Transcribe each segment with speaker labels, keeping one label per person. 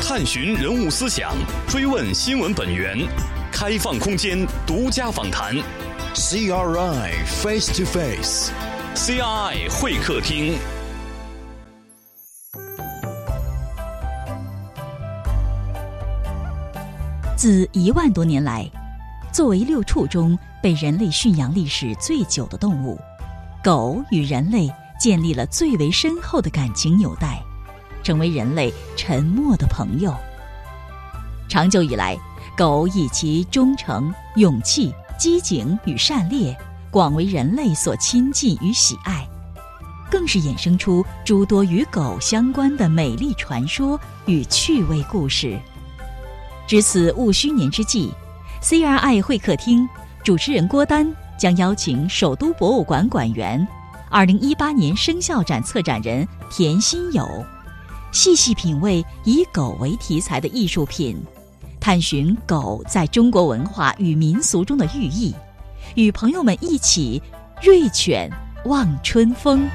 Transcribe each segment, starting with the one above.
Speaker 1: 探寻人物思想，追问新闻本源，开放空间独家访谈。
Speaker 2: CRI Face to Face，
Speaker 1: CRI 会客厅。
Speaker 3: 自一万多年来，作为六畜中被人类驯养历史最久的动物，狗与人类建立了最为深厚的感情纽带，成为人类沉默的朋友。长久以来，狗以其忠诚、勇气、机警与善烈，广为人类所亲近与喜爱，更是衍生出诸多与狗相关的美丽传说与趣味故事。值此戊戌年之际，CRI 会客厅主持人郭丹将邀请首都博物馆馆员、2018年生肖展策展人田心友，细细品味以狗为题材的艺术品，探寻狗在中国文化与民俗中的寓意，与朋友们一起瑞犬望春风。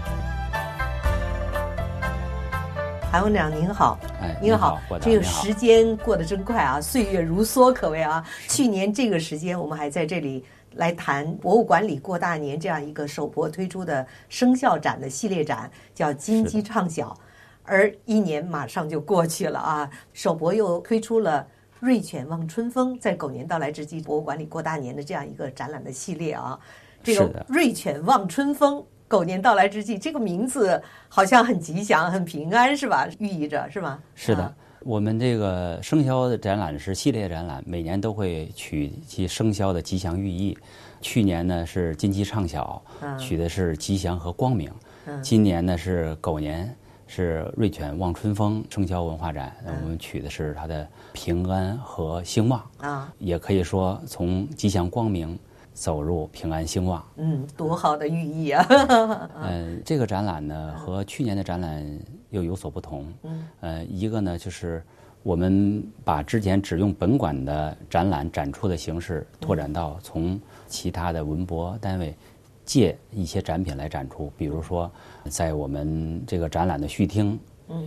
Speaker 4: 韩会长您好，
Speaker 5: 哎，
Speaker 4: 您
Speaker 5: 好
Speaker 4: 好，，
Speaker 5: 郭导
Speaker 4: 这个
Speaker 5: 你好
Speaker 4: 时间过得真快啊，岁月如梭，可谓啊。去年这个时间，我们还在这里来谈博物馆里过大年这样一个首博推出的生肖展的系列展，叫“金鸡唱晓”，而一年马上就过去了啊。首博又推出了。瑞犬望春风，在狗年到来之际，博物馆里过大年的这样一个展览的系列啊，这
Speaker 5: 是
Speaker 4: 个
Speaker 5: 的
Speaker 4: 瑞犬望春风，狗年到来之际，这个名字好像很吉祥、很平安，是吧？寓意着是吧？
Speaker 5: 是的
Speaker 4: 啊，
Speaker 5: 我们这个生肖的展览是系列展览，每年都会取其生肖的吉祥寓意。去年呢是金鸡唱晓，
Speaker 4: 嗯
Speaker 5: 取的是吉祥和光明。
Speaker 4: 嗯
Speaker 5: 今年呢是狗年，是瑞犬望春风生肖文化展，
Speaker 4: 嗯
Speaker 5: 我们取的是它的平安和兴旺，
Speaker 4: 啊，
Speaker 5: 也可以说从吉祥光明走入平安兴旺。
Speaker 4: 嗯，多好的寓意啊！
Speaker 5: 嗯，这个展览呢和去年的展览又有所不同。
Speaker 4: 嗯，
Speaker 5: 呃，一个呢就是我们把之前只用本馆的展览展出的形式拓展到从其他的文博单位借一些展品来展出，比如说在我们这个展览的序厅。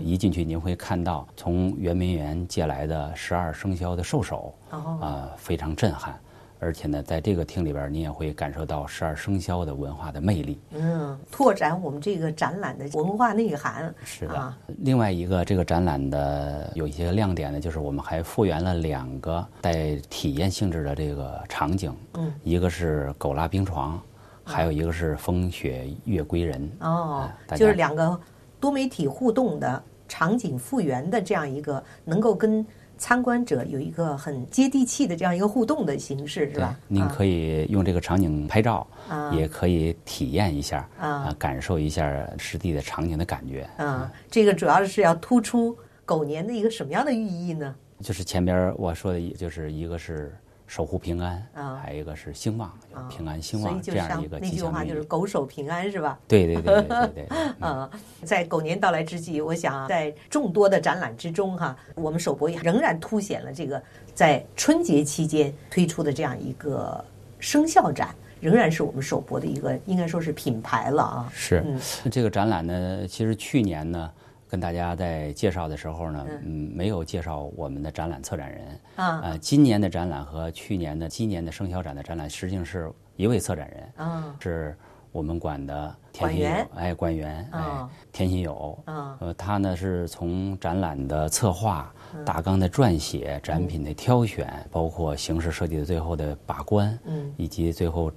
Speaker 5: 一进去您会看到从圆明园借来的十二生肖的兽首，
Speaker 4: 哦
Speaker 5: 啊、非常震撼。而且呢，在这个厅里边儿，你也会感受到十二生肖的文化的魅力。
Speaker 4: 嗯，拓展我们这个展览的文化内涵。
Speaker 5: 是的，
Speaker 4: 啊
Speaker 5: 另外一个这个展览的有一些亮点呢，就是我们还复原了两个带体验性质的这个场景，
Speaker 4: 嗯，
Speaker 5: 一个是狗拉冰床，还有一个是风雪月归人，
Speaker 4: 哦
Speaker 5: 啊大，
Speaker 4: 就是
Speaker 5: 家
Speaker 4: 两个多媒体互动的场景复原的这样一个，能够跟参观者有一个很接地气的这样一个互动的形式，是
Speaker 5: 对
Speaker 4: 吧？
Speaker 5: 您可以用这个场景拍照，
Speaker 4: 啊
Speaker 5: 也可以体验一下，
Speaker 4: 啊
Speaker 5: 呃感受一下实地的场景的感觉。
Speaker 4: 嗯，这个主要是要突出狗年的一个什么样的寓意呢？
Speaker 5: 就是前边儿我说的一，就是一个是守护平安，
Speaker 4: 啊
Speaker 5: 还有一个是兴旺，平安兴
Speaker 4: 所以
Speaker 5: 旺
Speaker 4: 就
Speaker 5: 这样
Speaker 4: 像
Speaker 5: 一个
Speaker 4: 那
Speaker 5: 吉
Speaker 4: 句话
Speaker 5: 祥寓
Speaker 4: 就
Speaker 5: 意
Speaker 4: 是“。狗守平安”，是吧？
Speaker 5: 对对对对对对，
Speaker 4: 嗯，在狗年到来之际，我想啊在众多的展览之中哈、我们首博也仍然凸显了这个在春节期间推出的这样一个生肖展，仍然是我们首博的一个应该说是品牌了啊。
Speaker 5: 是
Speaker 4: 嗯，
Speaker 5: 这个展览呢，其实去年呢，跟大家在介绍的时候呢，嗯，没有介绍我们的展览策展人
Speaker 4: 啊
Speaker 5: 呃，今年的展览和去年的今年的生肖展的展览，实际上是一位策展人，
Speaker 4: 啊
Speaker 5: 是我们馆的田心
Speaker 4: 馆
Speaker 5: 友
Speaker 4: 员，
Speaker 5: 哎，馆员，哎
Speaker 4: 啊，
Speaker 5: 田心友，
Speaker 4: 啊
Speaker 5: 呃，他呢是从展览的策划、
Speaker 4: 嗯
Speaker 5: 大纲的撰写、展品的挑选，包括形式设计的最后的把关，
Speaker 4: 嗯
Speaker 5: 以及最后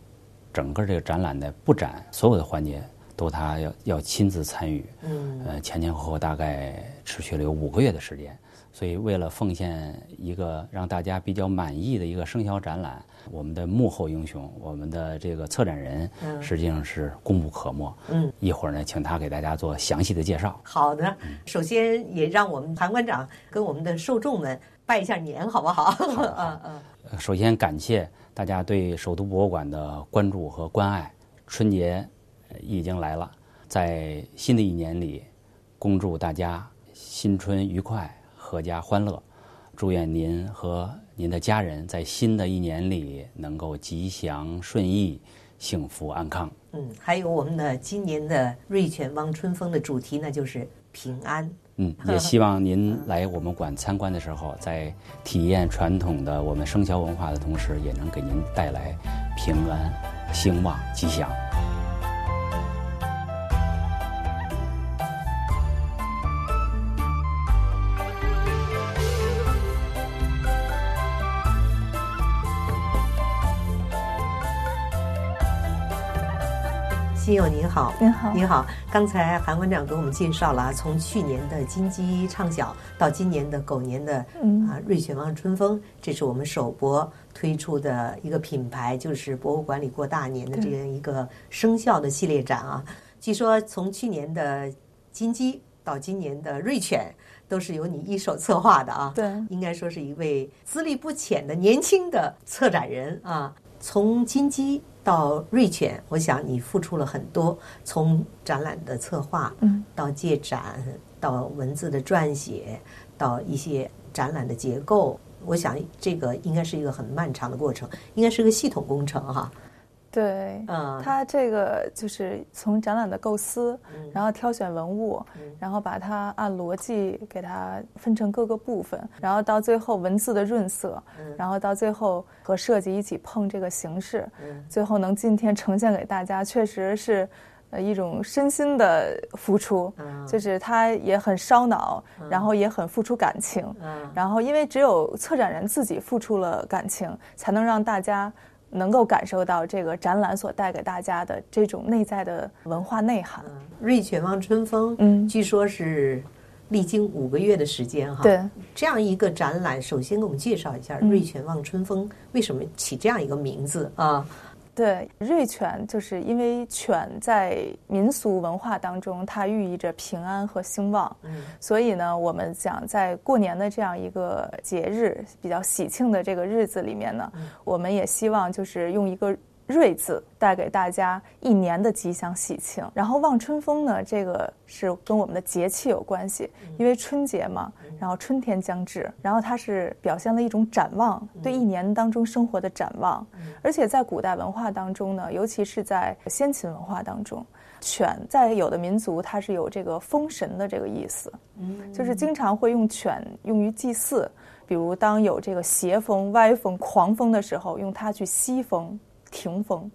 Speaker 5: 整个这个展览的布展所有的环节，都他要要亲自参与。
Speaker 4: 嗯
Speaker 5: 呃，前前后后大概持续了有五个月的时间。所以，为了奉献一个让大家比较满意的一个生肖展览，我们的幕后英雄，我们的这个策展人，实际上是功不可没。
Speaker 4: 嗯，
Speaker 5: 一会儿呢，请他给大家做详细的介绍。
Speaker 4: 好的，首先也让我们韩馆长跟我们的受众们拜一下年，好不好？ 嗯嗯。
Speaker 5: 呃首先感谢大家对首都博物馆的关注和关爱。春节呃已经来了，在新的一年里，恭祝大家新春愉快，阖家欢乐。祝愿您和您的家人在新的一年里能够吉祥顺意、幸福安康。
Speaker 4: 嗯，还有我们的今年的瑞犬望春风的主题呢，就是平安。
Speaker 5: 嗯，也希望您来我们馆参观的时候，在体验传统的我们生肖文化的同时，也能给您带来平安、兴旺、吉祥。
Speaker 4: 新友您好，
Speaker 6: 您好
Speaker 4: 您好。刚才韩馆长给我们介绍了啊，从去年的金鸡唱晓到今年的狗年的
Speaker 6: 嗯
Speaker 4: 啊瑞雪望春风，这是我们首博推出的一个品牌，就是博物馆里过大年的这样一个生肖的系列展啊。据说从去年的金鸡到今年的瑞犬，都是由你一手策划的啊。
Speaker 6: 对
Speaker 4: 应该说是一位资历不浅的年轻的策展人啊。从金鸡到瑞犬，我想你付出了很多，从展览的策划，
Speaker 6: 嗯，
Speaker 4: 到借展，到文字的撰写，到一些展览的结构。我想这个应该是一个很漫长的过程，应该是个系统工程哈。
Speaker 6: 对，
Speaker 4: 嗯，
Speaker 6: 它这个就是从展览的构思，
Speaker 4: 嗯
Speaker 6: 然后挑选文物，然后把它按逻辑给它分成各个部分，然后到最后文字的润色，
Speaker 4: 嗯
Speaker 6: 然后到最后和设计一起碰这个形式，
Speaker 4: 嗯
Speaker 6: 最后能今天呈现给大家，确实是。呃，一种身心的付出，
Speaker 4: 嗯
Speaker 6: 就是它也很烧脑，然后也很付出感情，
Speaker 4: 嗯
Speaker 6: 然后，因为只有策展人自己付出了感情，才能让大家能够感受到这个展览所带给大家的这种内在的文化内涵。
Speaker 4: 嗯，瑞犬望春风，
Speaker 6: 嗯
Speaker 4: 据说是历经五个月的时间哈。
Speaker 6: 对，嗯
Speaker 4: 这样一个展览，首先给我们介绍一下《瑞泉望春风》为什么起这样一个名字啊？
Speaker 6: 对，瑞犬就是因为犬在民俗文化当中，它寓意着平安和兴旺。
Speaker 4: 嗯
Speaker 6: 所以呢，我们想在过年的这样一个节日，比较喜庆的这个日子里面呢，我们也希望就是用一个。瑞字带给大家一年的吉祥喜庆，然后望春风呢，这个是跟我们的节气有关系，因为春节嘛，然后春天将至，然后它是表现了一种展望，对一年当中生活的展望，而且在古代文化当中呢，尤其是在先秦文化当中，犬在有的民族它是有这个封神的这个意思，就是经常会用犬用于祭祀，比如当有这个邪风、歪风、狂风的时候，用它去吸风、停风。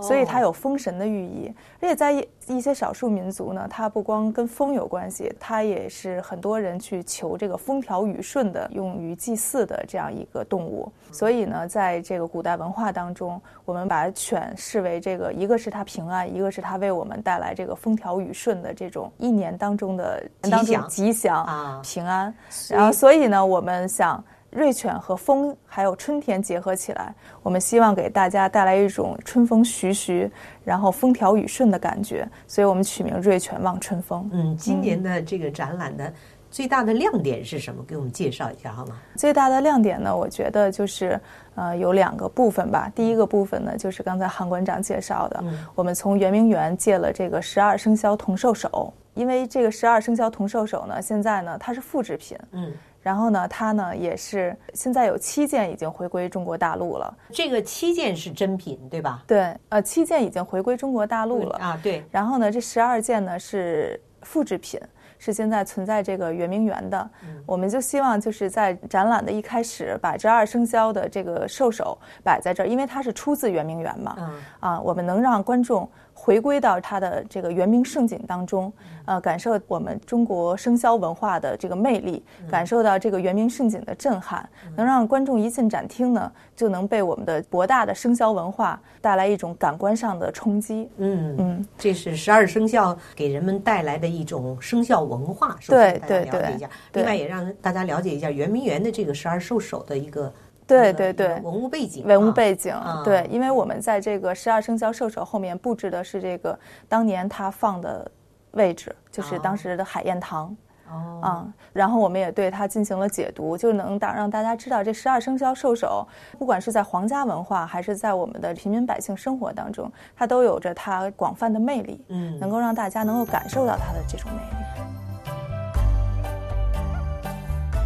Speaker 6: 所以它有封神的寓意，而且在一一些少数民族呢，它不光跟风有关系，它也是很多人去求这个风调雨顺的，用于祭祀的这样一个动物。所以呢，在这个古代文化当中，我们把犬视为这个，一个是它平安，一个是它为我们带来这个风调雨顺的这种一年当中的
Speaker 4: 吉
Speaker 6: 当中
Speaker 4: 祥
Speaker 6: 吉祥
Speaker 4: 啊
Speaker 6: 平安。
Speaker 4: 所以
Speaker 6: 然后，所以呢，我们想瑞犬和风还有春天结合起来，我们希望给大家带来一种春风徐徐，然后风调雨顺的感觉。所以我们取名瑞犬望春风。
Speaker 4: 嗯，今年的这个展览的最大的亮点是什么？给我们介绍一下好吗？
Speaker 6: 最大的亮点呢，我觉得就是呃有两个部分吧。第一个部分呢，就是刚才韩馆长介绍的，
Speaker 4: 嗯
Speaker 6: 我们从圆明园借了这个十二生肖同寿手，因为这个十二生肖同寿手呢，现在呢它是复制品，
Speaker 4: 嗯，
Speaker 6: 然后呢它呢也是现在有七件已经回归中国大陆了，
Speaker 4: 这个七件是真品对吧？
Speaker 6: 对，呃七件已经回归中国大陆了，
Speaker 4: 啊，对，
Speaker 6: 然后呢，这十二件呢是复制品，是现在存在这个圆明园的。
Speaker 4: 嗯
Speaker 6: 我们就希望就是在展览的一开始，把这二生肖的这个兽首摆在这儿，因为它是出自圆明园嘛。
Speaker 4: 嗯
Speaker 6: 啊，我们能让观众回归到它的这个圆明盛景当中，呃，感受我们中国生肖文化的这个魅力，感受到这个圆明盛景的震撼，
Speaker 4: 嗯
Speaker 6: 能让观众一进展厅呢，就能被我们的博大的生肖文化带来一种感官上的冲击。
Speaker 4: 嗯
Speaker 6: 嗯。
Speaker 4: 这是十二生肖给人们带来的一种生肖文化，首先大家
Speaker 6: 对
Speaker 4: 了解一下，
Speaker 6: 对
Speaker 4: 另外也让大家了解一下圆明园的这个十二兽首的一个
Speaker 6: 对
Speaker 4: 一个
Speaker 6: 对对
Speaker 4: 一个文物背景啊，
Speaker 6: 文物背景，
Speaker 4: 啊
Speaker 6: 对，因为我们在这个十二生肖兽首后面布置的是这个当年他放的位置，就是当时的海晏堂。
Speaker 4: 哦，
Speaker 6: 啊、然后我们也对它进行了解读，就能大让大家知道这十二生肖兽首，不管是在皇家文化还是在我们的平民百姓生活当中，它都有着它广泛的魅力，
Speaker 4: 嗯
Speaker 6: 能够让大家能够感受到它的这种魅力。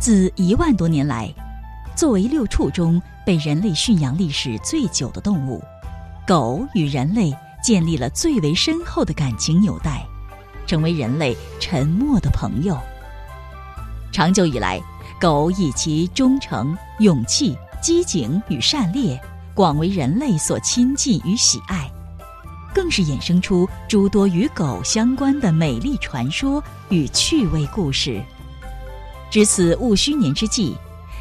Speaker 3: 自一万多年来，作为六畜中被人类驯养历史最久的动物，狗与人类建立了最为深厚的感情纽带，成为人类沉默的朋友。长久以来，狗以其忠诚、勇气、机警与善烈，广为人类所亲近与喜爱，更是衍生出诸多与狗相关的美丽传说与趣味故事。值此戊戌年之际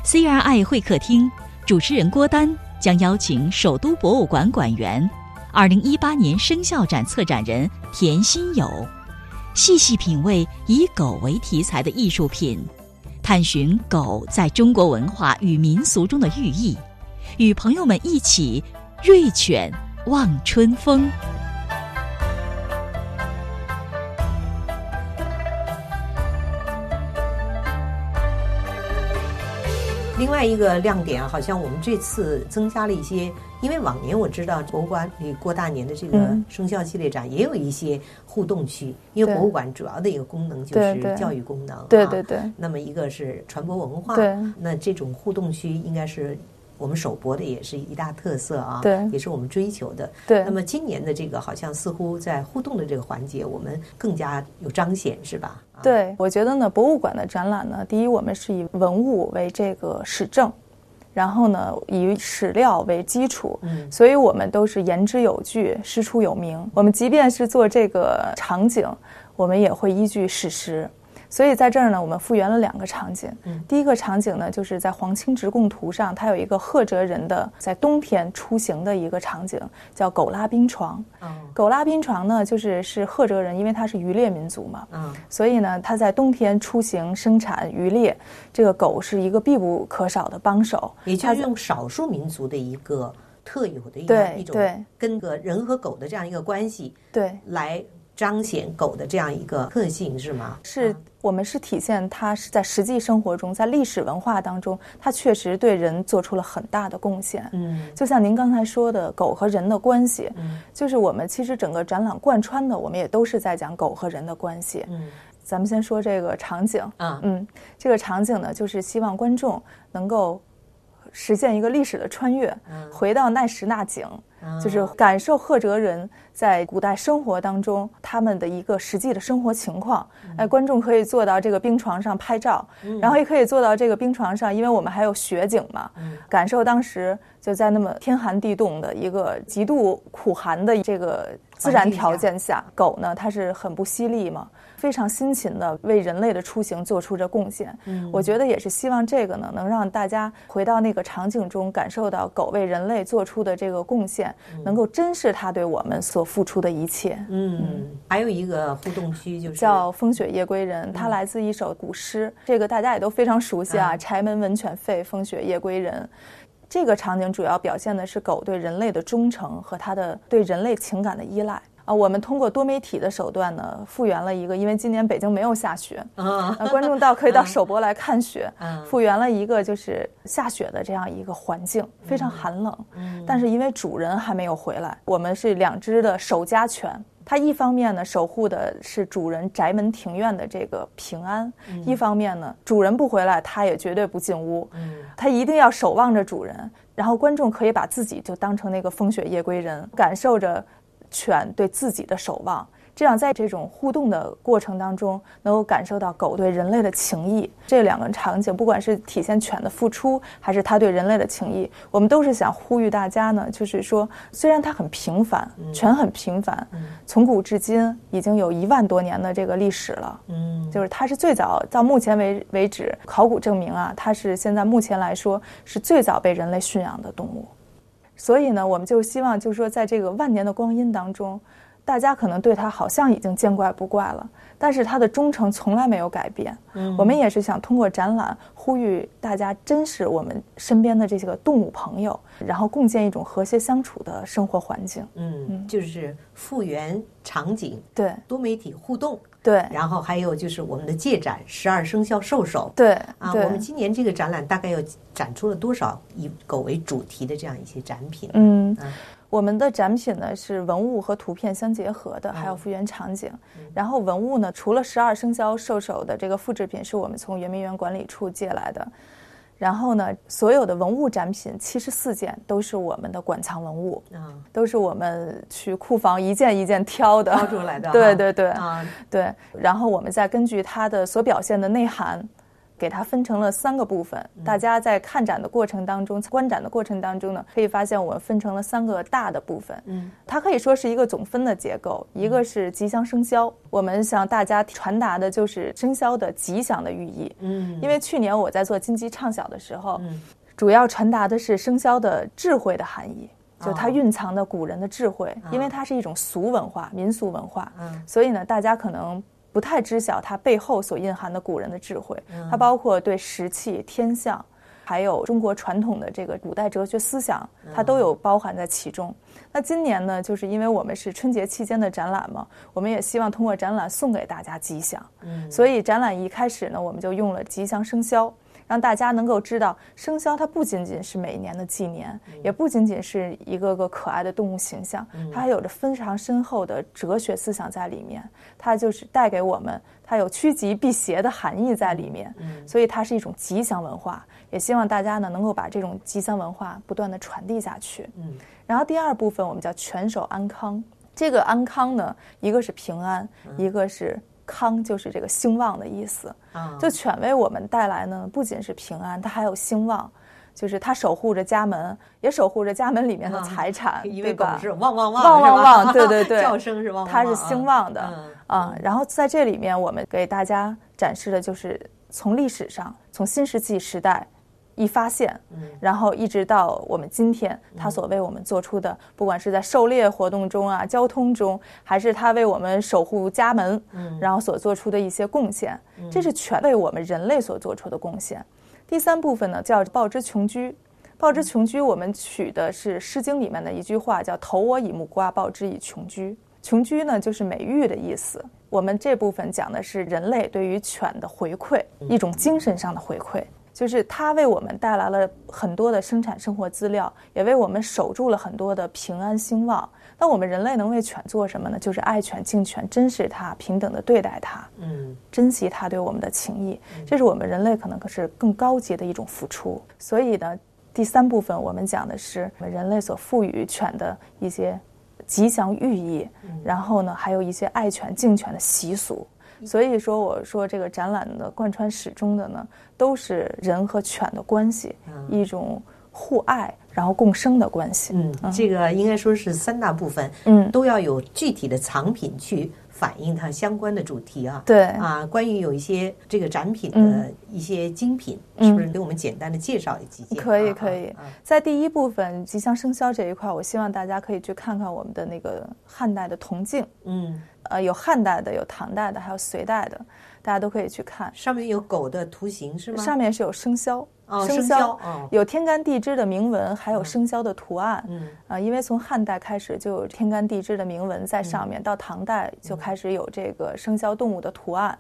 Speaker 3: ，CRI 会客厅主持人郭丹将邀请首都博物馆馆员、二零一八年生肖展策展人田心友，细细品味以狗为题材的艺术品，探寻狗在中国文化与民俗中的寓意，与朋友们一起瑞犬望春风。
Speaker 4: 另外一个亮点啊，好像我们这次增加了一些，因为往年我知道博物馆里过大年的这个
Speaker 6: 嗯
Speaker 4: 生肖系列展也有一些互动区，因为
Speaker 6: 对
Speaker 4: 博物馆主要的一个功能就
Speaker 6: 对
Speaker 4: 是
Speaker 6: 对
Speaker 4: 教育功能、啊，
Speaker 6: 对对对
Speaker 4: 那么一个是传播文化，
Speaker 6: 对
Speaker 4: 那这种互动区应该是我们首博的也是一大特色啊，
Speaker 6: 对
Speaker 4: 也是我们追求的。
Speaker 6: 对
Speaker 4: 那么今年的这个好像似乎在互动的这个环节，我们更加有彰显，是吧？啊，
Speaker 6: 对，我觉得呢，博物馆的展览呢，第一，我们是以文物为这个史证，然后呢，以史料为基础，
Speaker 4: 嗯
Speaker 6: 所以我们都是言之有据，师出有名。我们即便是做这个场景，我们也会依据史实。所以在这儿呢，我们复原了两个场景。
Speaker 4: 嗯
Speaker 6: 第一个场景呢，就是在皇亲直贡图上，它有一个赫哲人的在冬天出行的一个场景，叫狗拉冰床。
Speaker 4: 哦，
Speaker 6: 狗拉冰床呢，就是是赫哲人，因为他是渔猎民族嘛，
Speaker 4: 嗯，
Speaker 6: 所以呢，它在冬天出行、生产、渔猎，这个狗是一个必不可少的帮手。
Speaker 4: 也就
Speaker 6: 它
Speaker 4: 是
Speaker 6: 在
Speaker 4: 用少数民族的一个特有的一个
Speaker 6: 对
Speaker 4: 一
Speaker 6: 对
Speaker 4: 种跟个人和狗的这样一个关系
Speaker 6: 对，
Speaker 4: 来彰显狗的这样一个特性，是吗？
Speaker 6: 是、
Speaker 4: 啊
Speaker 6: 我们是体现它是在实际生活中，在历史文化当中，它确实对人做出了很大的贡献。
Speaker 4: 嗯
Speaker 6: 就像您刚才说的，狗和人的关系，
Speaker 4: 嗯
Speaker 6: 就是我们其实整个展览贯穿的，我们也都是在讲狗和人的关系。
Speaker 4: 嗯
Speaker 6: 咱们先说这个场景，
Speaker 4: 啊
Speaker 6: 嗯，这个场景呢，就是希望观众能够实现一个历史的穿越，
Speaker 4: 嗯
Speaker 6: 回到奈什纳井，
Speaker 4: 啊
Speaker 6: 就是感受赫哲人在古代生活当中他们的一个实际的生活情况。
Speaker 4: 嗯
Speaker 6: 哎，观众可以坐到这个冰床上拍照，然后也可以坐到这个冰床上，因为我们还有雪景嘛，
Speaker 4: 嗯
Speaker 6: 感受当时就在那么天寒地冻的一个极度苦寒的这个自然条件下，狗呢它是很不犀利嘛，非常辛勤的为人类的出行做出着贡献。我觉得也是希望这个呢能让大家回到那个场景中，感受到狗为人类做出的这个贡献，能够珍视它对我们所付出的一切。
Speaker 4: 嗯，还有一个互动区就是
Speaker 6: 叫《风雪夜归人》，它来自一首古诗，这个大家也都非常熟悉啊，
Speaker 4: 嗯
Speaker 6: 柴门闻犬吠，风雪夜归人。这个场景主要表现的是狗对人类的忠诚和它的对人类情感的依赖啊。我们通过多媒体的手段呢，复原了一个，因为今年北京没有下雪，
Speaker 4: 啊
Speaker 6: 啊，观众到可以到首博来看雪，
Speaker 4: 嗯
Speaker 6: 复原了一个就是下雪的这样一个环境，非常寒冷。但是因为主人还没有回来，我们是两只的守家犬。它一方面呢守护的是主人宅门庭院的这个平安，一方面呢主人不回来，它也绝对不进屋，它一定要守望着主人。然后观众可以把自己就当成那个风雪夜归人，感受着犬对自己的守望，这样在这种互动的过程当中，能够感受到狗对人类的情谊。这两个场景，不管是体现犬的付出，还是它对人类的情谊，我们都是想呼吁大家呢，就是说，虽然它很平凡，犬很平凡，从古至今已经有一万多年的这个历史了。
Speaker 4: 嗯
Speaker 6: 就是它是最早到目前为为止，考古证明啊，它是现在目前来说是最早被人类驯养的动物。所以呢，我们就希望就是说，在这个万年的光阴当中，大家可能对它好像已经见怪不怪了，但是它的忠诚从来没有改变。
Speaker 4: 嗯
Speaker 6: 我们也是想通过展览呼吁大家珍视我们身边的这些个动物朋友，然后共建一种和谐相处的生活环境。
Speaker 4: 嗯，就是复原场景，
Speaker 6: 对
Speaker 4: 多媒体互动，
Speaker 6: 对
Speaker 4: 然后还有就是我们的借展十二生肖兽首。
Speaker 6: 对
Speaker 4: 啊，
Speaker 6: 对
Speaker 4: 我们今年这个展览大概又展出了多少以狗为主题的这样一些展品？
Speaker 6: 嗯
Speaker 4: 嗯，
Speaker 6: 我们的展品呢是文物和图片相结合
Speaker 4: 嗯
Speaker 6: 的，还有复原场景。然后文物呢，除了十二生肖兽首的这个复制品是我们从圆明园管理处借来的，然后呢，所有的文物展品七十四件都是我们的馆藏文物，
Speaker 4: 啊，
Speaker 6: 都是我们去库房一件一件挑的，
Speaker 4: 挑出来的哈
Speaker 6: 对对对，
Speaker 4: 啊，
Speaker 6: 对，然后我们再根据它的所表现的内涵，给它分成了三个部分。大家在看展的过程当中、观展的过程当中呢，可以发现我们分成了三个大的部分。嗯，它可以说是一个总分的结构，一个是吉祥生肖，我们向大家传达的就是生肖的吉祥的寓意。嗯，因为去年我在做金鸡唱晓的时候，主要传达的是生肖的智慧的含义。就它蕴藏的古人的智慧，因为它是一种俗文化、民俗文化，所以呢，大家可能不太知晓它背后所蕴含的古人的智慧。它包括对时气、天象，还有中国传统的这个古代哲学思想，它都有包含在其中。那今年呢，就是因为我们是春节期间的展览嘛，我们也希望通过展览送给大家吉祥。所以展览一开始呢，我们就用了吉祥生肖。让大家能够知道，生肖它不仅仅是每一年的纪年，也不仅仅是一个个可爱的动物形象，它还有着非常深厚的哲学思想在里面。它就是带给我们，它有趋吉避邪的含义在里面，
Speaker 4: 嗯
Speaker 6: 所以它是一种吉祥文化。也希望大家呢能够把这种吉祥文化不断的传递下去。
Speaker 4: 嗯
Speaker 6: 然后第二部分我们叫全手安康，这个安康呢，一个是平安，
Speaker 4: 嗯
Speaker 6: 一个是康，就是这个兴旺的意思。
Speaker 4: 啊，
Speaker 6: 就犬为我们带来呢，不仅是平安，它还有兴旺，就是它守护着家门，也守护着家门里面
Speaker 4: 啊
Speaker 6: 的财产，
Speaker 4: 因
Speaker 6: 对
Speaker 4: 为狗
Speaker 6: 吧？
Speaker 4: 是汪汪汪，
Speaker 6: 旺旺
Speaker 4: 是吧
Speaker 6: 旺对 对对
Speaker 4: 叫声是汪汪汪啊，
Speaker 6: 它是兴旺的
Speaker 4: 嗯
Speaker 6: 啊、然后在这里面，我们给大家展示的就是从历史上，从新石器时代一发现，然后一直到我们今天，它所为我们做出的，不管是在狩猎活动中啊、交通中，还是它为我们守护家门，然后所做出的一些贡献，这是全为我们人类所做出的贡献。第三部分呢，叫报之穷居。报之穷居，我们取的是《诗经》里面的一句话，叫“投我以木瓜，报之以穷居”。穷居呢，就是美育的意思。我们这部分讲的是人类对于犬的回馈，一种精神上的回馈，就是它为我们带来了很多的生产生活资料，也为我们守住了很多的平安兴旺。那我们人类能为犬做什么呢？就是爱犬、敬犬、珍视它、平等的对待它，嗯，珍惜它对我们的情谊，这是我们人类可能是更高级的一种付出。所以呢，第三部分我们讲的是我们人类所赋予犬的一些吉祥寓意，然后呢，还有一些爱犬敬犬的习俗。所以说，我说这个展览的贯穿始终的呢，都是人和犬的关系，一种互爱然后共生的关系。
Speaker 4: 嗯，这个应该说是三大部分，
Speaker 6: 嗯
Speaker 4: 都要有具体的藏品去反映它相关的主题啊。
Speaker 6: 对
Speaker 4: 啊，关于有一些这个展品的
Speaker 6: 嗯
Speaker 4: 一些精品，
Speaker 6: 嗯
Speaker 4: 是不是给我们简单的介绍几件啊？
Speaker 6: 可以
Speaker 4: 啊
Speaker 6: 可以
Speaker 4: 啊，
Speaker 6: 在第一部分吉祥生肖这一块，我希望大家可以去看看我们的那个汉代的铜镜，
Speaker 4: 嗯，
Speaker 6: 呃，有汉代的，有唐代的，还有隋代的，大家都可以去看。
Speaker 4: 上面有狗的图形是吗？
Speaker 6: 上面是有生肖，
Speaker 4: 哦
Speaker 6: 生
Speaker 4: 生肖哦
Speaker 6: 有天干地支的铭文，还有生肖的图案。嗯啊，因为从汉代开始就有天干地支的铭文在
Speaker 4: 嗯
Speaker 6: 上面，到唐代就开始有这个生肖动物的图案。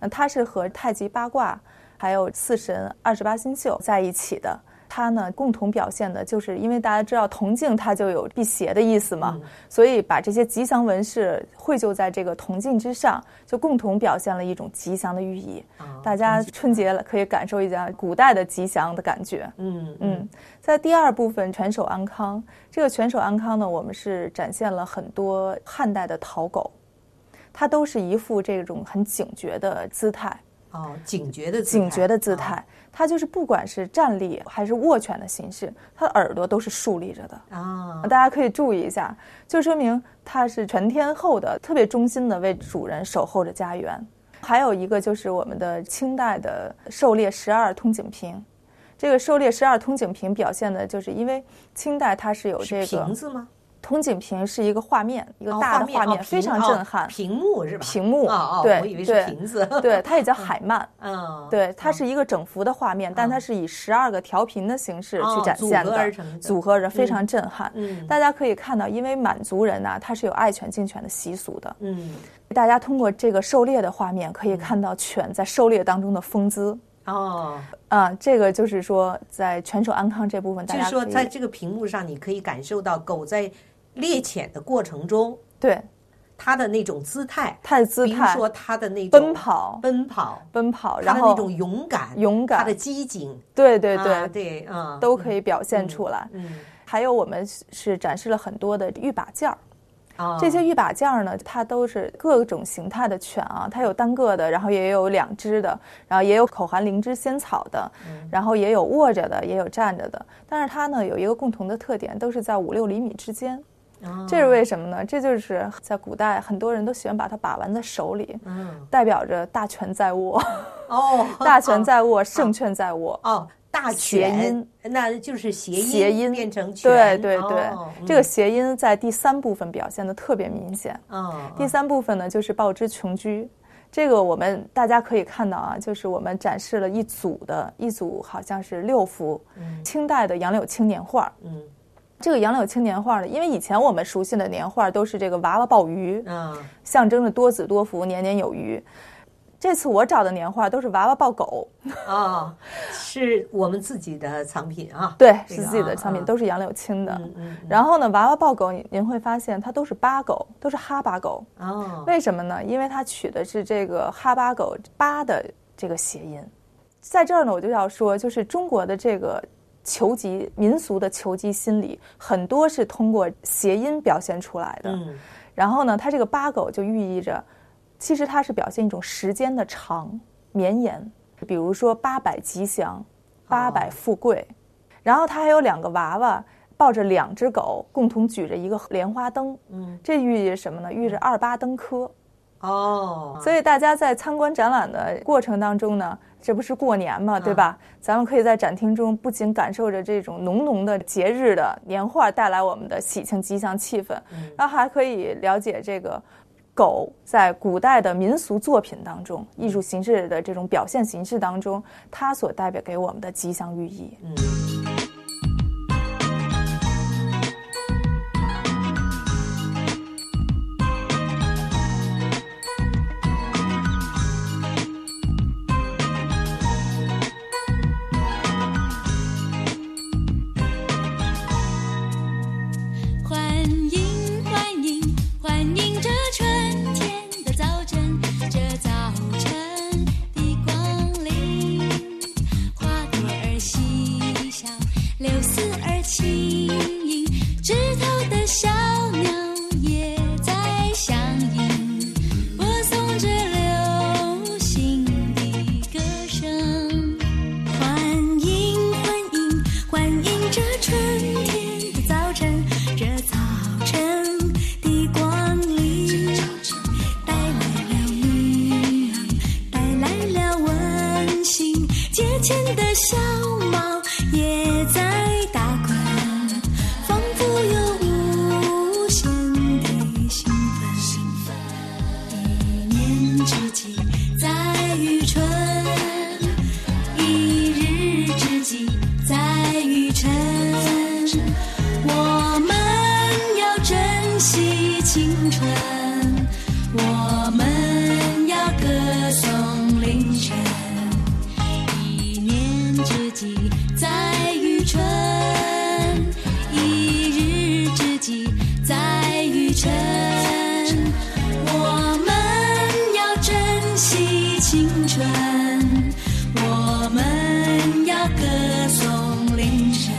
Speaker 6: 嗯，它是和太极八卦还有四神二十八星宿在一起的。它呢，共同表现的就是，因为大家知道铜镜它就有辟邪的意思嘛，所以把这些吉祥纹饰绘就在这个铜镜之上，就共同表现了一种吉祥的寓意。
Speaker 4: 啊
Speaker 6: 大家春节了可以感受一下古代的吉祥的感觉。
Speaker 4: 嗯
Speaker 6: 嗯，在第二部分犬手安康，这个犬手安康呢，我们是展现了很多汉代的陶狗，它都是一副这种很警觉的姿态，
Speaker 4: 哦，警觉的
Speaker 6: 警觉的姿
Speaker 4: 啊
Speaker 6: 态。它就是不管是站立还是握拳的形式，它的耳朵都是竖立着的。
Speaker 4: 啊，
Speaker 6: 大家可以注意一下，就说明它是全天候的，特别忠心的为主人守候着家园。还有一个就是我们的清代的狩猎十二通景瓶，这个狩猎十二通景瓶表现的就是因为清代它是有这
Speaker 4: 是
Speaker 6: 个
Speaker 4: 瓶子吗？
Speaker 6: 通景瓶是一个画面，一个
Speaker 4: 哦
Speaker 6: 大的
Speaker 4: 画
Speaker 6: 画
Speaker 4: 面
Speaker 6: 面，
Speaker 4: 哦
Speaker 6: 非常
Speaker 4: 屏哦
Speaker 6: 震撼。
Speaker 4: 屏幕是吧？
Speaker 6: 屏幕
Speaker 4: 哦哦，
Speaker 6: 对
Speaker 4: 我以为是
Speaker 6: 对
Speaker 4: 瓶子。
Speaker 6: 对，它也叫海漫。
Speaker 4: 嗯，
Speaker 6: 对，它是一个整幅的画面，但它是以十二个调频的形式
Speaker 4: 哦
Speaker 6: 去展
Speaker 4: 组
Speaker 6: 现
Speaker 4: 合而成的
Speaker 6: 的，组合着非常震撼。
Speaker 4: 嗯
Speaker 6: 大家可以看到，因为满族人呐、他是有爱犬敬犬的习俗的。
Speaker 4: 嗯，
Speaker 6: 大家通过这个狩猎的画面，可以看到犬在狩猎当中的风姿。
Speaker 4: 哦，
Speaker 6: 啊，这个就是说，在犬手安康这部分，大
Speaker 4: 就是
Speaker 6: 家
Speaker 4: 说，
Speaker 6: 可
Speaker 4: 在
Speaker 6: 以
Speaker 4: 这个屏幕上，你可以感受到狗在猎犬的过程中，
Speaker 6: 对
Speaker 4: 它的那种姿态，
Speaker 6: 它的姿
Speaker 4: 比如
Speaker 6: 态、
Speaker 4: 说它的那种
Speaker 6: 奔、跑、
Speaker 4: 奔跑，
Speaker 6: 奔跑，
Speaker 4: 它
Speaker 6: 然
Speaker 4: 的
Speaker 6: 后
Speaker 4: 那种勇敢、
Speaker 6: 勇敢
Speaker 4: 它的机警，
Speaker 6: 对对对、
Speaker 4: 啊对，嗯，
Speaker 6: 都可以表现出来。
Speaker 4: 嗯
Speaker 6: 还有我们是展示了很多的御把件儿，
Speaker 4: 啊
Speaker 6: 这些玉把件儿呢，它都是各种形态的犬啊，它有单个的，然后也有两只的，然后也有口含灵芝仙草的，
Speaker 4: 嗯
Speaker 6: 然后也有卧着的，也有站着的。但是它呢有一个共同的特点，都是在五六厘米之间。
Speaker 4: 嗯哦
Speaker 6: 这是为什么呢？这就是在古代很多人都喜欢把它把玩在手里，
Speaker 4: 嗯
Speaker 6: 代表着大权在握，
Speaker 4: 哦，
Speaker 6: 大权在握，胜券在握。
Speaker 4: 哦，大
Speaker 6: 谐
Speaker 4: 犬
Speaker 6: 音，
Speaker 4: 那就是谐音，
Speaker 6: 谐音
Speaker 4: 变成
Speaker 6: 对
Speaker 4: 犬，
Speaker 6: 对对
Speaker 4: 哦，
Speaker 6: 这个谐音在第三部分表现的特别明显。
Speaker 4: 嗯哦
Speaker 6: 第三部分呢，就是报之琼居。这个我们大家可以看到啊，就是我们展示了一组的一组，好像是六幅清代的杨柳青年画。
Speaker 4: 嗯
Speaker 6: 这个杨柳青年画呢，因为以前我们熟悉的年画都是这个娃娃抱鱼，
Speaker 4: 嗯
Speaker 6: 象征着多子多福、年年有余。这次我找的年画都是娃娃抱狗，
Speaker 4: 哦，是我们自己的藏品啊，
Speaker 6: 对，
Speaker 4: 这
Speaker 6: 是
Speaker 4: 个
Speaker 6: 自己的
Speaker 4: 啊
Speaker 6: 产品，
Speaker 4: 啊
Speaker 6: 都是杨柳青的。
Speaker 4: 嗯嗯
Speaker 6: 然后呢，娃娃抱狗，您您会发现它都是巴狗，都是哈巴狗。
Speaker 4: 哦，
Speaker 6: 为什么呢？因为它取的是这个哈巴狗“巴”的这个谐音。在这儿呢，我就要说，就是中国的这个求吉民俗的求吉心理，很多是通过谐音表现出来的。
Speaker 4: 嗯
Speaker 6: 然后呢，它这个“八狗”就寓意着，其实它是表现一种时间的长、绵延。比如说八百吉
Speaker 4: 哦
Speaker 6: 祥，八百富贵。然后它还有两个娃娃抱着两只狗，共同举着一个莲花灯。
Speaker 4: 嗯
Speaker 6: 这寓意着什么呢？寓意着二八登科。
Speaker 4: 哦，
Speaker 6: 所以大家在参观展览的过程当中呢，这不是过年嘛，对吧？
Speaker 4: 嗯
Speaker 6: 咱们可以在展厅中不仅感受着这种浓浓的节日的年画带来我们的喜庆吉祥气氛，
Speaker 4: 嗯
Speaker 6: 然后还可以了解这个狗在古代的民俗作品当中、艺术形式的这种表现形式当中，它所代表给我们的吉祥寓意。
Speaker 4: 嗯
Speaker 7: 欢迎欢迎欢迎这春天的早晨，这早晨的光临，花朵儿嬉笑，柳丝儿轻盈，枝头的小鸟也在响应，播送着流行的歌声。欢迎，欢迎，欢迎这春天的早晨，这早晨的光临，带来了明朗，带来了温馨。街前的小猫也在打滚，仿佛有无限的兴奋。一年之计在于春，一日之计在于晨。我们要珍惜青春，我们要歌颂凌晨。一年之计在于春，一日之计在于晨。我们要珍惜青春，我们要歌颂凌晨。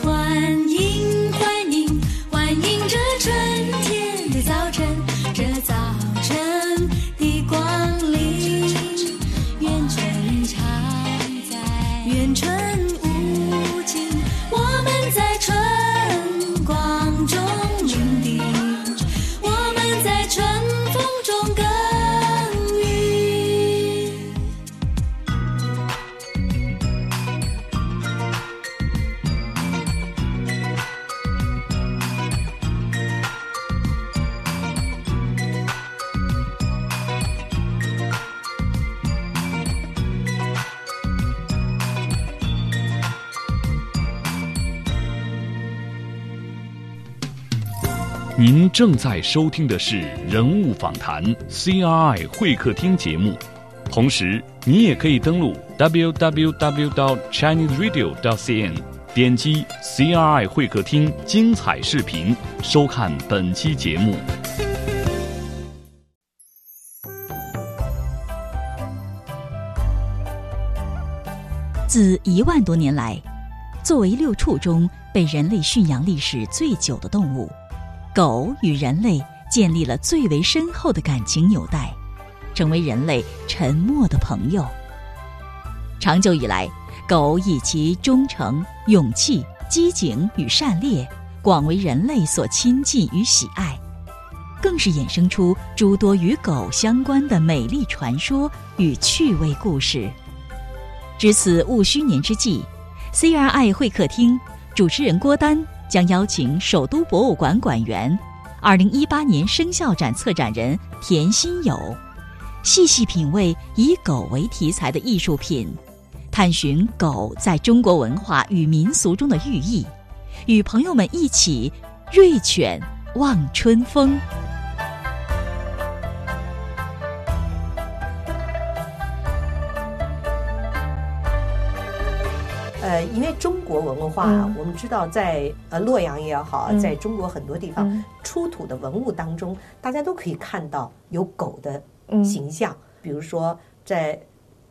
Speaker 7: 欢迎，欢迎，欢迎这春天的早晨，这早晨的光临。愿春常在，愿春无尽，我们在春光中凝定，我们在春风中耕耘。
Speaker 8: 您正在收听的是《人物访谈》CRI 会客厅节目，同时，你也可以登录 www.chineseradio.cn，点击 CRI 会客厅精彩视频，收看本期节目。
Speaker 3: 自一万多年来，作为六畜中被人类驯养历史最久的动物，狗与人类建立了最为深厚的感情纽带，成为人类沉默的朋友。长久以来，狗以其忠诚、勇气、机警与善烈，广为人类所亲近与喜爱，更是衍生出诸多与狗相关的美丽传说与趣味故事。值此戊戌年之际，CRI 会客厅主持人郭丹将邀请首都博物馆馆员、二零一八年生肖展策展人田心友，细细品味以狗为题材的艺术品，探寻狗在中国文化与民俗中的寓意，与朋友们一起瑞犬望春风。
Speaker 4: 呃，因为中国文化，
Speaker 6: 嗯
Speaker 4: 我们知道在呃洛阳也好，
Speaker 6: 嗯
Speaker 4: 在中国很多地方、
Speaker 6: 嗯
Speaker 4: 出土的文物当中，大家都可以看到有狗的
Speaker 6: 嗯
Speaker 4: 形象，比如说在